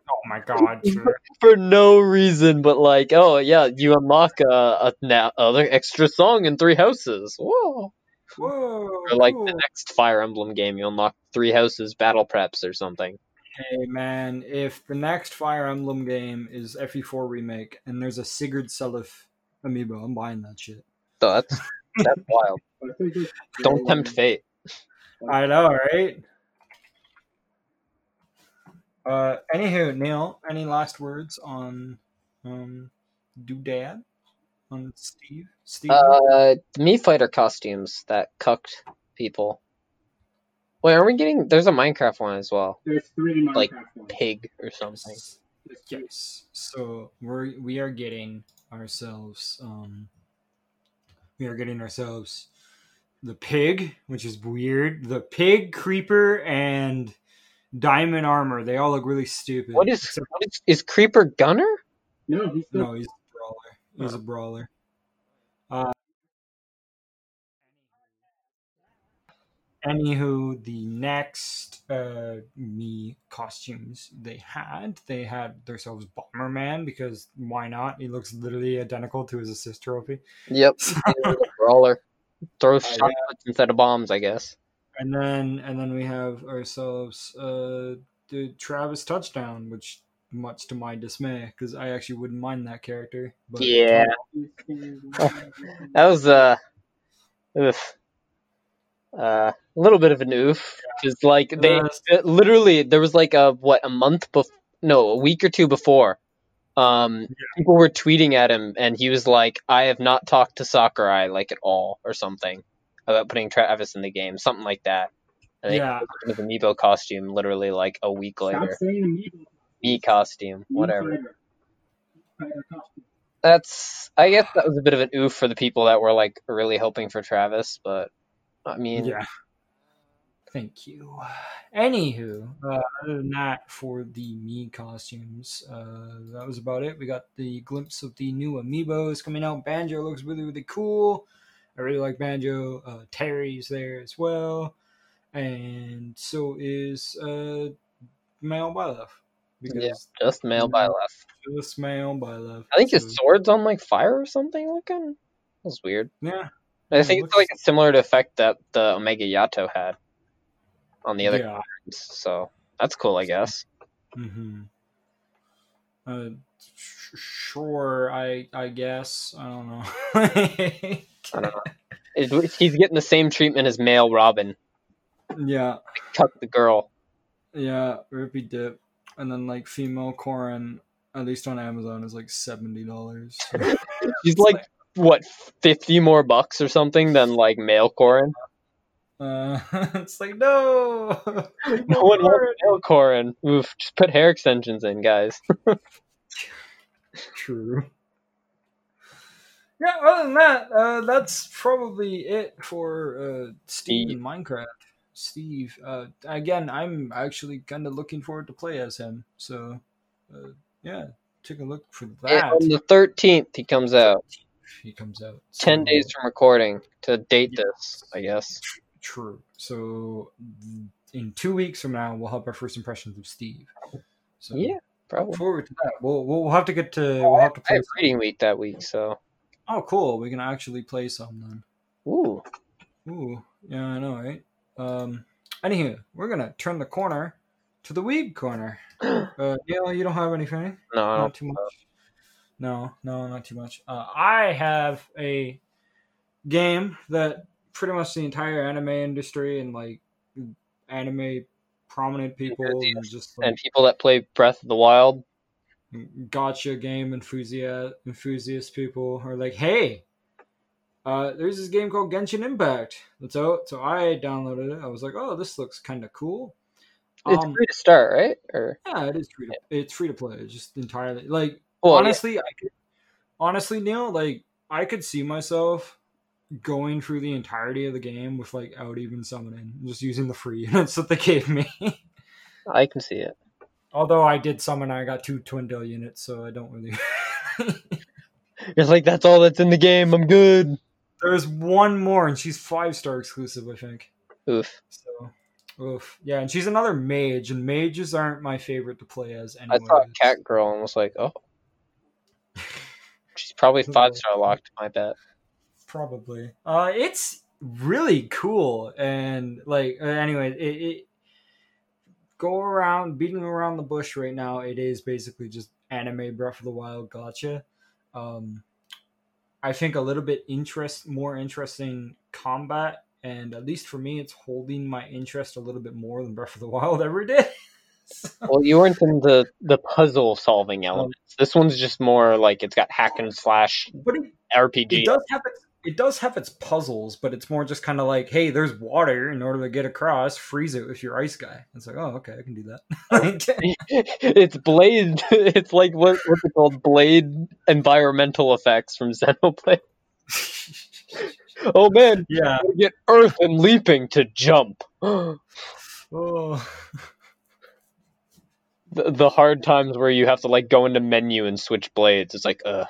Speaker 2: Oh my god, sure.
Speaker 1: for no reason, but like, oh yeah, you unlock a, a na- other extra song in Three Houses. Whoa!
Speaker 2: Whoa,
Speaker 1: Or like
Speaker 2: cool.
Speaker 1: the next Fire Emblem game, you unlock Three Houses battle preps or something.
Speaker 2: Hey man, if the next Fire Emblem game is FE4 remake and there's a Sigurd Selif amiibo, I'm buying that shit.
Speaker 1: So that's that's wild. Don't tempt fate.
Speaker 2: I know, right? Uh, anywho, Neil, any last words on um, Doodad, on Steve, Steve?
Speaker 1: Uh, Mii Fighter costumes that cucked people. Wait, are we getting? There's a Minecraft one as well.
Speaker 4: There's three Minecraft
Speaker 1: Like-
Speaker 4: ones.
Speaker 1: Pig or something.
Speaker 2: Yes. So we're we are getting ourselves um we are getting ourselves the pig, which is weird. The pig, creeper, and diamond armor. They all look really stupid.
Speaker 1: What is
Speaker 2: Except-
Speaker 1: what is, is Creeper Gunner?
Speaker 4: No, he's the
Speaker 2: no, he's a brawler. He's a brawler. Uh Anywho, the next uh, me costumes they had, they had themselves Bomberman because why not? He looks literally identical to his assist trophy.
Speaker 1: Yep, brawler. Throw shockwaves
Speaker 2: yeah.
Speaker 1: instead of bombs, I guess.
Speaker 2: and then and then we have ourselves uh, the Travis touchdown, which much to my dismay, because I actually wouldn't mind that character. But
Speaker 1: Yeah. That was uh, oof. Uh, a little bit of an oof because like they
Speaker 2: Uh,
Speaker 1: it- literally there was like a what a month before no a week or two before um people were tweeting at him and he was like i have not talked to sakurai like at all or something about putting travis in the game something like that and they
Speaker 2: Yeah.
Speaker 1: put him in his amiibo costume literally like a week
Speaker 4: Stop
Speaker 1: later
Speaker 4: saying amiibo.
Speaker 1: me costume
Speaker 2: Mm-hmm.
Speaker 1: whatever
Speaker 4: Fighter. Fighter costume.
Speaker 1: that's i guess that was a bit of an oof for the people that were like really hoping for travis but i mean
Speaker 2: Yeah. Thank you. Anywho, uh, other than that, for the me costumes, uh, that was about it. We got the glimpse of the new amiibos coming out. Banjo looks really, really cool. I really like Banjo. Uh, Terry's there as well. And so is uh, male by left because
Speaker 1: Yeah. Just male by left.
Speaker 2: just male by left.
Speaker 1: I think
Speaker 2: so-
Speaker 1: his sword's on like fire or something looking. That was weird.
Speaker 2: yeah,
Speaker 1: I
Speaker 2: Yeah,
Speaker 1: think
Speaker 2: what's-
Speaker 1: it's like a similar to effect that the Omega Yato had on the other
Speaker 2: yeah.
Speaker 1: ones, so that's cool, I guess.
Speaker 2: Mm-hmm. Uh, sh- sure, I I guess I don't know.
Speaker 1: I don't know. It- he's getting the same treatment as male Robin.
Speaker 2: yeah,
Speaker 1: Tuck the girl.
Speaker 2: yeah, Rippy Dip, and then like female Corin, at least on Amazon, is like seventy dollars.
Speaker 1: He's like what fifty more bucks or something than like male Corin.
Speaker 2: uh, it's like no,
Speaker 1: No one wants male Corin. Oof, just put hair extensions in, guys.
Speaker 2: True. Yeah, other than that, uh, that's probably it for uh, Steve in Minecraft. Steve, uh, again, I'm actually kind of looking forward to play as him. So, uh, yeah, take a look for
Speaker 1: Yeah,
Speaker 2: that.
Speaker 1: on the thirteenth he comes out.
Speaker 2: he comes out so-
Speaker 1: Ten days from recording to date this, I guess.
Speaker 2: True. So, in two weeks from now, we'll have our first impressions of Steve. So,
Speaker 1: Yeah, probably.
Speaker 2: forward to that. We'll we'll have to get to we'll have to
Speaker 1: I
Speaker 2: play.
Speaker 1: have reading week that week, so
Speaker 2: Oh, cool! We can actually play some then.
Speaker 1: ooh.
Speaker 2: Ooh, yeah, I know, right? Um, anywho, we're gonna turn the corner to the weeb corner.
Speaker 1: no,
Speaker 2: Uh, Dale, you don't have anything?
Speaker 1: I
Speaker 2: Not
Speaker 1: don't.
Speaker 2: too much. No, no, not too much. Uh, I have a game that pretty much the entire anime industry and like anime prominent people and just like
Speaker 1: And people that play Breath of the Wild,
Speaker 2: gotcha game enthusiast enthusiast people are like, hey, uh, there's this game called Genshin Impact. That's out. So I downloaded it. I was like, oh, this looks kind of cool.
Speaker 1: it's
Speaker 2: Um,
Speaker 1: free to start, right? Or
Speaker 2: yeah, it is free to it's free to play. It's just entirely like
Speaker 1: well, yeah.
Speaker 2: honestly, I could, honestly Neil, like I could see myself going through the entirety of the game with like out even summoning, just using the free units that they gave me.
Speaker 1: I can see it.
Speaker 2: Although I did summon, I got two twin Dale units, so I don't really.
Speaker 1: It's like that's all that's in the game. I'm good.
Speaker 2: There's one more, and she's five star exclusive, I think.
Speaker 1: Oof.
Speaker 2: So, oof, yeah, and she's another mage, and mages aren't my favorite to play as
Speaker 1: I
Speaker 2: anyway.
Speaker 1: thought Cat Girl and was like, oh, she's probably five star locked. My bet.
Speaker 2: probably. Uh, it's really cool, and like, uh, anyway, it, it go around beating around the bush right now. It is basically just anime Breath of the Wild gotcha. Um, I think a little bit interest more interesting combat, and at least for me, it's holding my interest a little bit more than Breath of the Wild ever did.
Speaker 1: Well, you weren't in the the puzzle solving elements. This one's just more like it's got hack and slash
Speaker 2: but it,
Speaker 1: RPG.
Speaker 2: it does have its it does have its puzzles, but it's more just kind of like, hey, there's water in order to get across, freeze it with your ice guy. It's like, oh, okay, I can do that. Like,
Speaker 1: it's blade. It's like what what's it called? Blade environmental effects from Xenoblade. Oh man,
Speaker 2: yeah.
Speaker 1: we get Earth and leaping to jump. the,
Speaker 2: Oh.
Speaker 1: the hard times where you have to like go into menu and switch blades. It's like uh.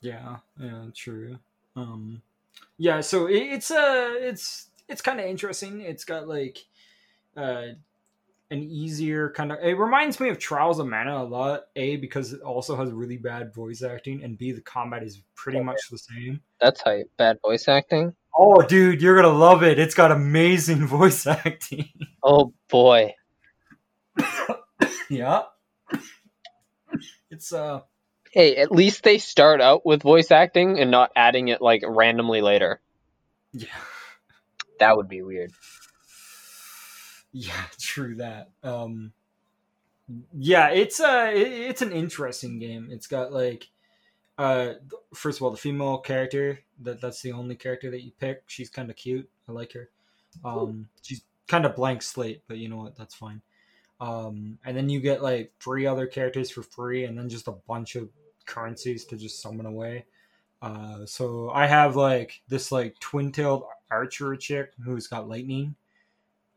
Speaker 2: Yeah, yeah, true. Um, yeah, so it, it's uh, it's it's kind of interesting. It's got like uh, an easier kind of. It reminds me of Trials of Mana a lot. A because it also has really bad voice acting, and B the combat is pretty much the same.
Speaker 1: That's hype. Bad voice acting.
Speaker 2: Oh, dude, you're gonna love it. It's got amazing voice acting.
Speaker 1: Oh boy.
Speaker 2: yeah. It's uh
Speaker 1: Hey, at least they start out with voice acting and not adding it like randomly later.
Speaker 2: yeah.
Speaker 1: That would be weird.
Speaker 2: Yeah, true that. Um yeah, it's a it, it's an interesting game. It's got like uh th- first of all the female character that that's the only character that you pick. She's kind of cute. I like her. Um she's kind of blank slate, but you know what? That's fine. Um and then you get like three other characters for free and then just a bunch of currencies to just summon away. Uh so I have like this like twin-tailed archer chick who's got lightning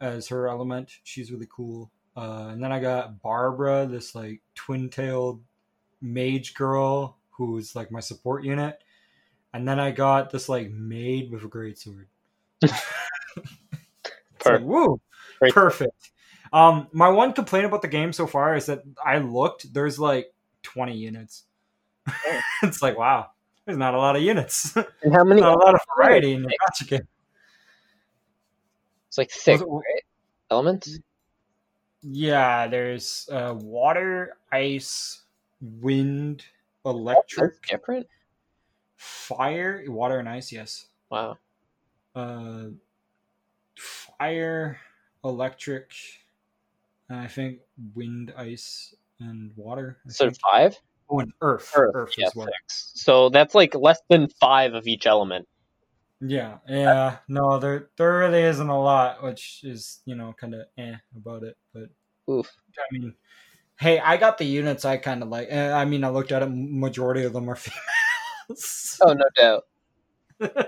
Speaker 2: as her element. She's really cool. Uh, and then I got Barbara, this like twin tailed mage girl who's like my support unit. And then I got this like maid with a great sword. It's like,
Speaker 1: Perfect.
Speaker 2: woo,
Speaker 1: Great.
Speaker 2: perfect. Um, my one complaint about the game so far is that I looked. There's like 20 units. it's like wow, there's not a lot of units. not
Speaker 3: And how
Speaker 1: Um,
Speaker 3: many?
Speaker 2: a lot of variety in the gacha game.
Speaker 3: It's like six
Speaker 2: Was it-
Speaker 3: right? elements.
Speaker 2: Yeah, there's uh, water, ice, wind, electric,
Speaker 3: That's different.
Speaker 2: fire, water and ice. Yes.
Speaker 3: Wow.
Speaker 2: uh, fire, electric, and I think wind, ice, and water. I
Speaker 3: So
Speaker 2: think.
Speaker 3: five.
Speaker 2: oh, and earth.
Speaker 1: Earth,
Speaker 2: Earth,
Speaker 1: yeah,
Speaker 2: is water.
Speaker 1: six. So that's like less than five of each element.
Speaker 2: Yeah, yeah. No, there there really isn't a lot, which is you know kind of eh about it. But
Speaker 3: Oof.
Speaker 2: I mean, hey, I got the units I kind of like. eh, I mean, I looked at it. Majority of them are females.
Speaker 3: Oh no doubt.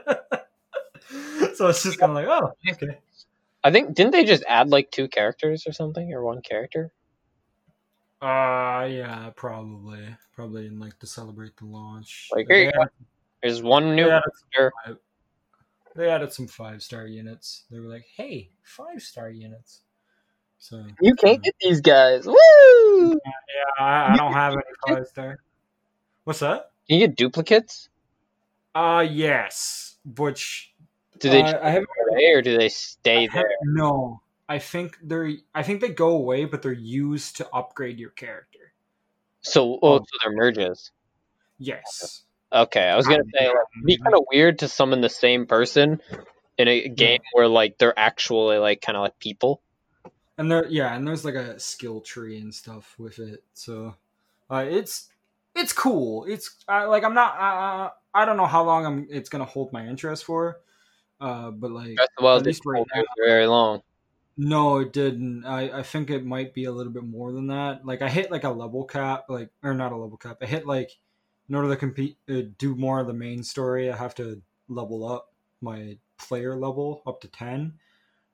Speaker 2: so it's just kind of like, oh, okay.
Speaker 1: I think didn't they just add like two characters or something or one character?
Speaker 2: Uh yeah, probably. Probably in like to celebrate the launch.
Speaker 1: Like,
Speaker 2: they,
Speaker 1: here you
Speaker 2: added,
Speaker 1: There's one
Speaker 2: they
Speaker 1: new
Speaker 2: added some
Speaker 1: character.
Speaker 2: five, they added some five star units. They were like, hey, five star units. So
Speaker 1: You
Speaker 2: can't
Speaker 1: get these guys. Woo!
Speaker 2: yeah, I, I don't have any five star. What's that?
Speaker 1: Can you get duplicates?
Speaker 2: Uh yes. Which
Speaker 1: Do they
Speaker 2: uh,
Speaker 1: just
Speaker 2: I haven't
Speaker 1: go away or do they stay
Speaker 2: I have-
Speaker 1: there?
Speaker 2: No. I think they're I think they go away, but they're used to upgrade your character.
Speaker 1: So oh,
Speaker 2: Oh.
Speaker 1: so they're merges.
Speaker 2: Yes. Mm-hmm.
Speaker 1: Okay, I was gonna say like, it'd be kind of weird to summon the same person in a game where like they're actually like kind of like people.
Speaker 2: and there yeah and there's like a skill tree and stuff with it so uh, it's it's cool it's I, like i'm not I, I I don't know how long i'm it's gonna hold my interest for uh but like
Speaker 1: Breath of the Wild
Speaker 2: At least
Speaker 1: didn't hold
Speaker 2: right
Speaker 1: theirs very long.
Speaker 2: no it didn't i i think it might be a little bit more than that like i hit like a level cap like or not a level cap i hit like in order to compete uh, do more of the main story i have to level up my player level up to 10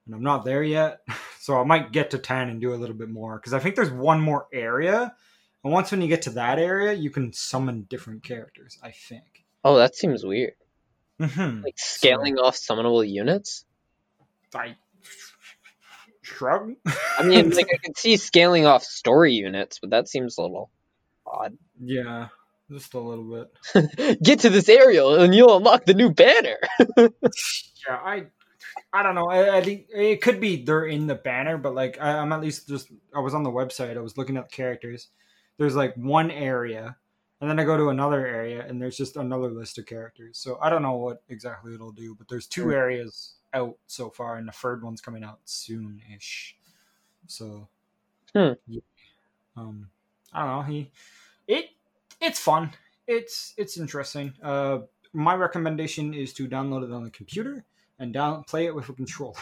Speaker 2: and i'm not there yet so i might get to 10 and do a little bit more because i think there's one more area and once when you get to that area you can summon different characters i think
Speaker 1: Oh, that seems weird.
Speaker 2: hmm
Speaker 1: Like scaling off summonable units.
Speaker 2: i shrug
Speaker 1: I mean, like I can see scaling off story units, but that seems a little odd.
Speaker 2: yeah just a little bit
Speaker 1: Get to this aerial, and you'll unlock the new banner.
Speaker 2: yeah i i don't know I, I think it could be they're in the banner but like I, i'm at least just i was on the website i was looking at the characters there's like one area and then i go to another area and there's just another list of characters so i don't know what exactly it'll do but there's two areas out so far and the third one's coming out soon-ish so
Speaker 1: Hmm.
Speaker 2: yeah. um i don't know he it it's fun it's it's interesting uh my recommendation is to download it on the computer and down play it with a controller.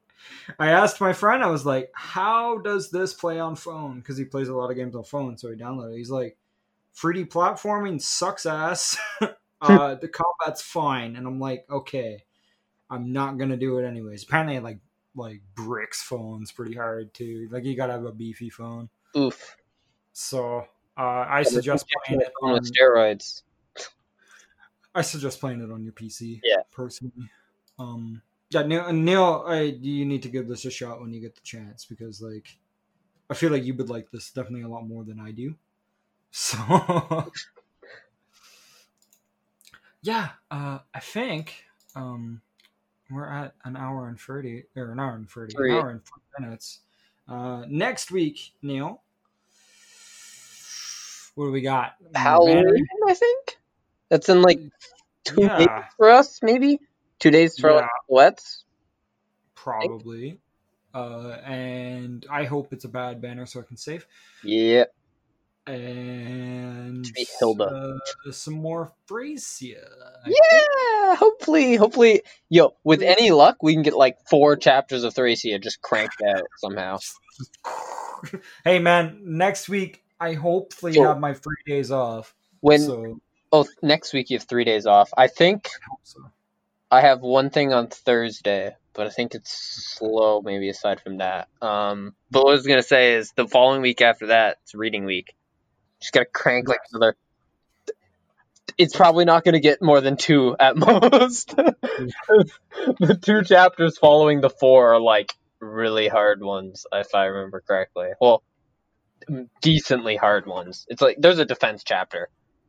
Speaker 2: I asked my friend, I was like, "How does this play on phone?" Because he plays a lot of games on phone, so he downloaded. it. He's like, "3D platforming sucks ass. uh, the combat's fine," and I'm like, "Okay, I'm not gonna do it anyways." Apparently, it, like like bricks phones pretty hard too. Like you gotta have a beefy phone.
Speaker 1: Oof.
Speaker 2: So uh, I
Speaker 1: but
Speaker 2: suggest playing it on.
Speaker 1: With steroids.
Speaker 2: I suggest playing it on your PC.
Speaker 1: Yeah.
Speaker 2: personally. Um, yeah, Neil, Neil, I you need to give this a shot when you get the chance because, like, I feel like you would like this definitely a lot more than I do. So, yeah, uh, I think um, we're at an hour and thirty or an hour and thirty,
Speaker 1: Three.
Speaker 2: an hour and 40 minutes. Uh, next week, Neil, what do we got?
Speaker 1: Halloween, I think. That's in like two
Speaker 2: Yeah.
Speaker 1: days for us, maybe. Two days for
Speaker 2: Yeah.
Speaker 1: like what's
Speaker 2: probably. Uh, and I hope it's a bad banner so I can save.
Speaker 1: Yeah.
Speaker 2: And
Speaker 1: be Hilda.
Speaker 2: Uh, some more Frisia.
Speaker 1: Yeah. Hopefully, hopefully, yo, with any luck, we can get like four chapters of Thracia just cranked out somehow.
Speaker 2: hey man, next week I hopefully
Speaker 1: So-
Speaker 2: have my three days off.
Speaker 1: When
Speaker 2: so,
Speaker 1: oh, next week you have three days off. I think
Speaker 2: I hope so.
Speaker 1: I have one thing on Thursday, but I think it's slow. Maybe aside from that. Um, but what I was gonna say is the following week after that, it's reading week. Just gotta crank like another. It's probably not gonna get more than two at most. the two chapters following the four are like really hard ones, if I remember correctly. Well, decently hard ones. It's like there's a defense chapter,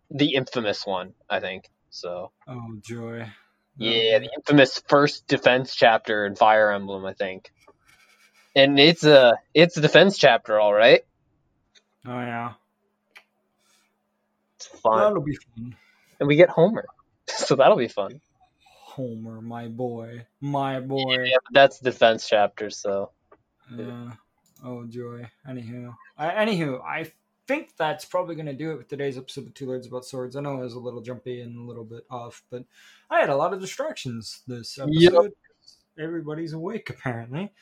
Speaker 1: the infamous one, I think. So
Speaker 2: Oh joy.
Speaker 1: yeah, the infamous first defense chapter in Fire Emblem, I think. And it's a it's a defense chapter, all right.
Speaker 2: Oh yeah.
Speaker 1: It's fun,
Speaker 2: That'll be fun.
Speaker 1: and we get Homer, so that'll be fun.
Speaker 2: Homer, my boy, my boy.
Speaker 1: Yeah, but that's the defense chapter, so
Speaker 2: Yeah. Oh joy. Anywho, I, anywho, I think that's probably gonna do it with today's episode of Two Lords About Swords. I know it was a little jumpy and a little bit off, but I had a lot of distractions this
Speaker 1: Yep.
Speaker 2: episode. Everybody's awake apparently.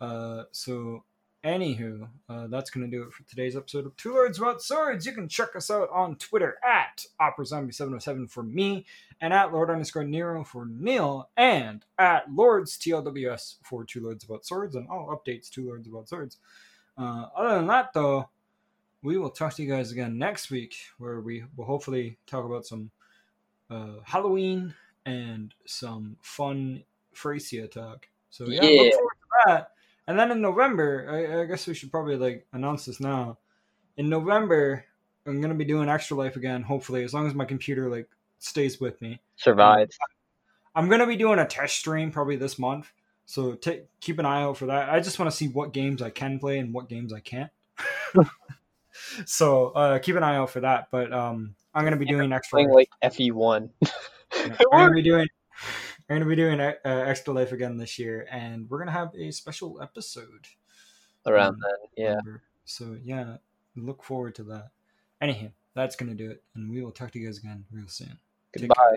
Speaker 2: Uh, so. Anywho, uh, that's going to do it for today's episode of Two Lords About Swords. You can check us out on Twitter at OperaZombie707 for me, and at Lord underscore Nero for Neil, and at Lords TLWS for Two Lords About Swords, and all updates Two Lords About Swords. Uh, other than that, though, we will talk to you guys again next week, where we will hopefully talk about some uh, Halloween and some fun Fracia talk. So yeah,
Speaker 1: Yeah.
Speaker 2: look forward to that. And then in November, I, I guess we should probably like announce this now. In November, I'm gonna be doing Extra Life again. Hopefully, as long as my computer like stays with me.
Speaker 1: survive.
Speaker 2: I'm gonna be doing a test stream probably this month, so ta keep an eye out for that. I just want to see what games I can play and what games I can't. so uh, keep an eye out for that. But um, I'm gonna be doing extra.
Speaker 1: Playing
Speaker 2: Life.
Speaker 1: like FE one.
Speaker 2: Yeah, I'm gonna be doing. I'm gonna be doing uh, extra life again this year, and we're gonna have a special episode.
Speaker 1: around
Speaker 2: Um,
Speaker 1: then. Yeah.
Speaker 2: November. So yeah, look forward to that. Anyhow, that's gonna do it, and we will talk to you guys again real soon. Take
Speaker 1: Goodbye.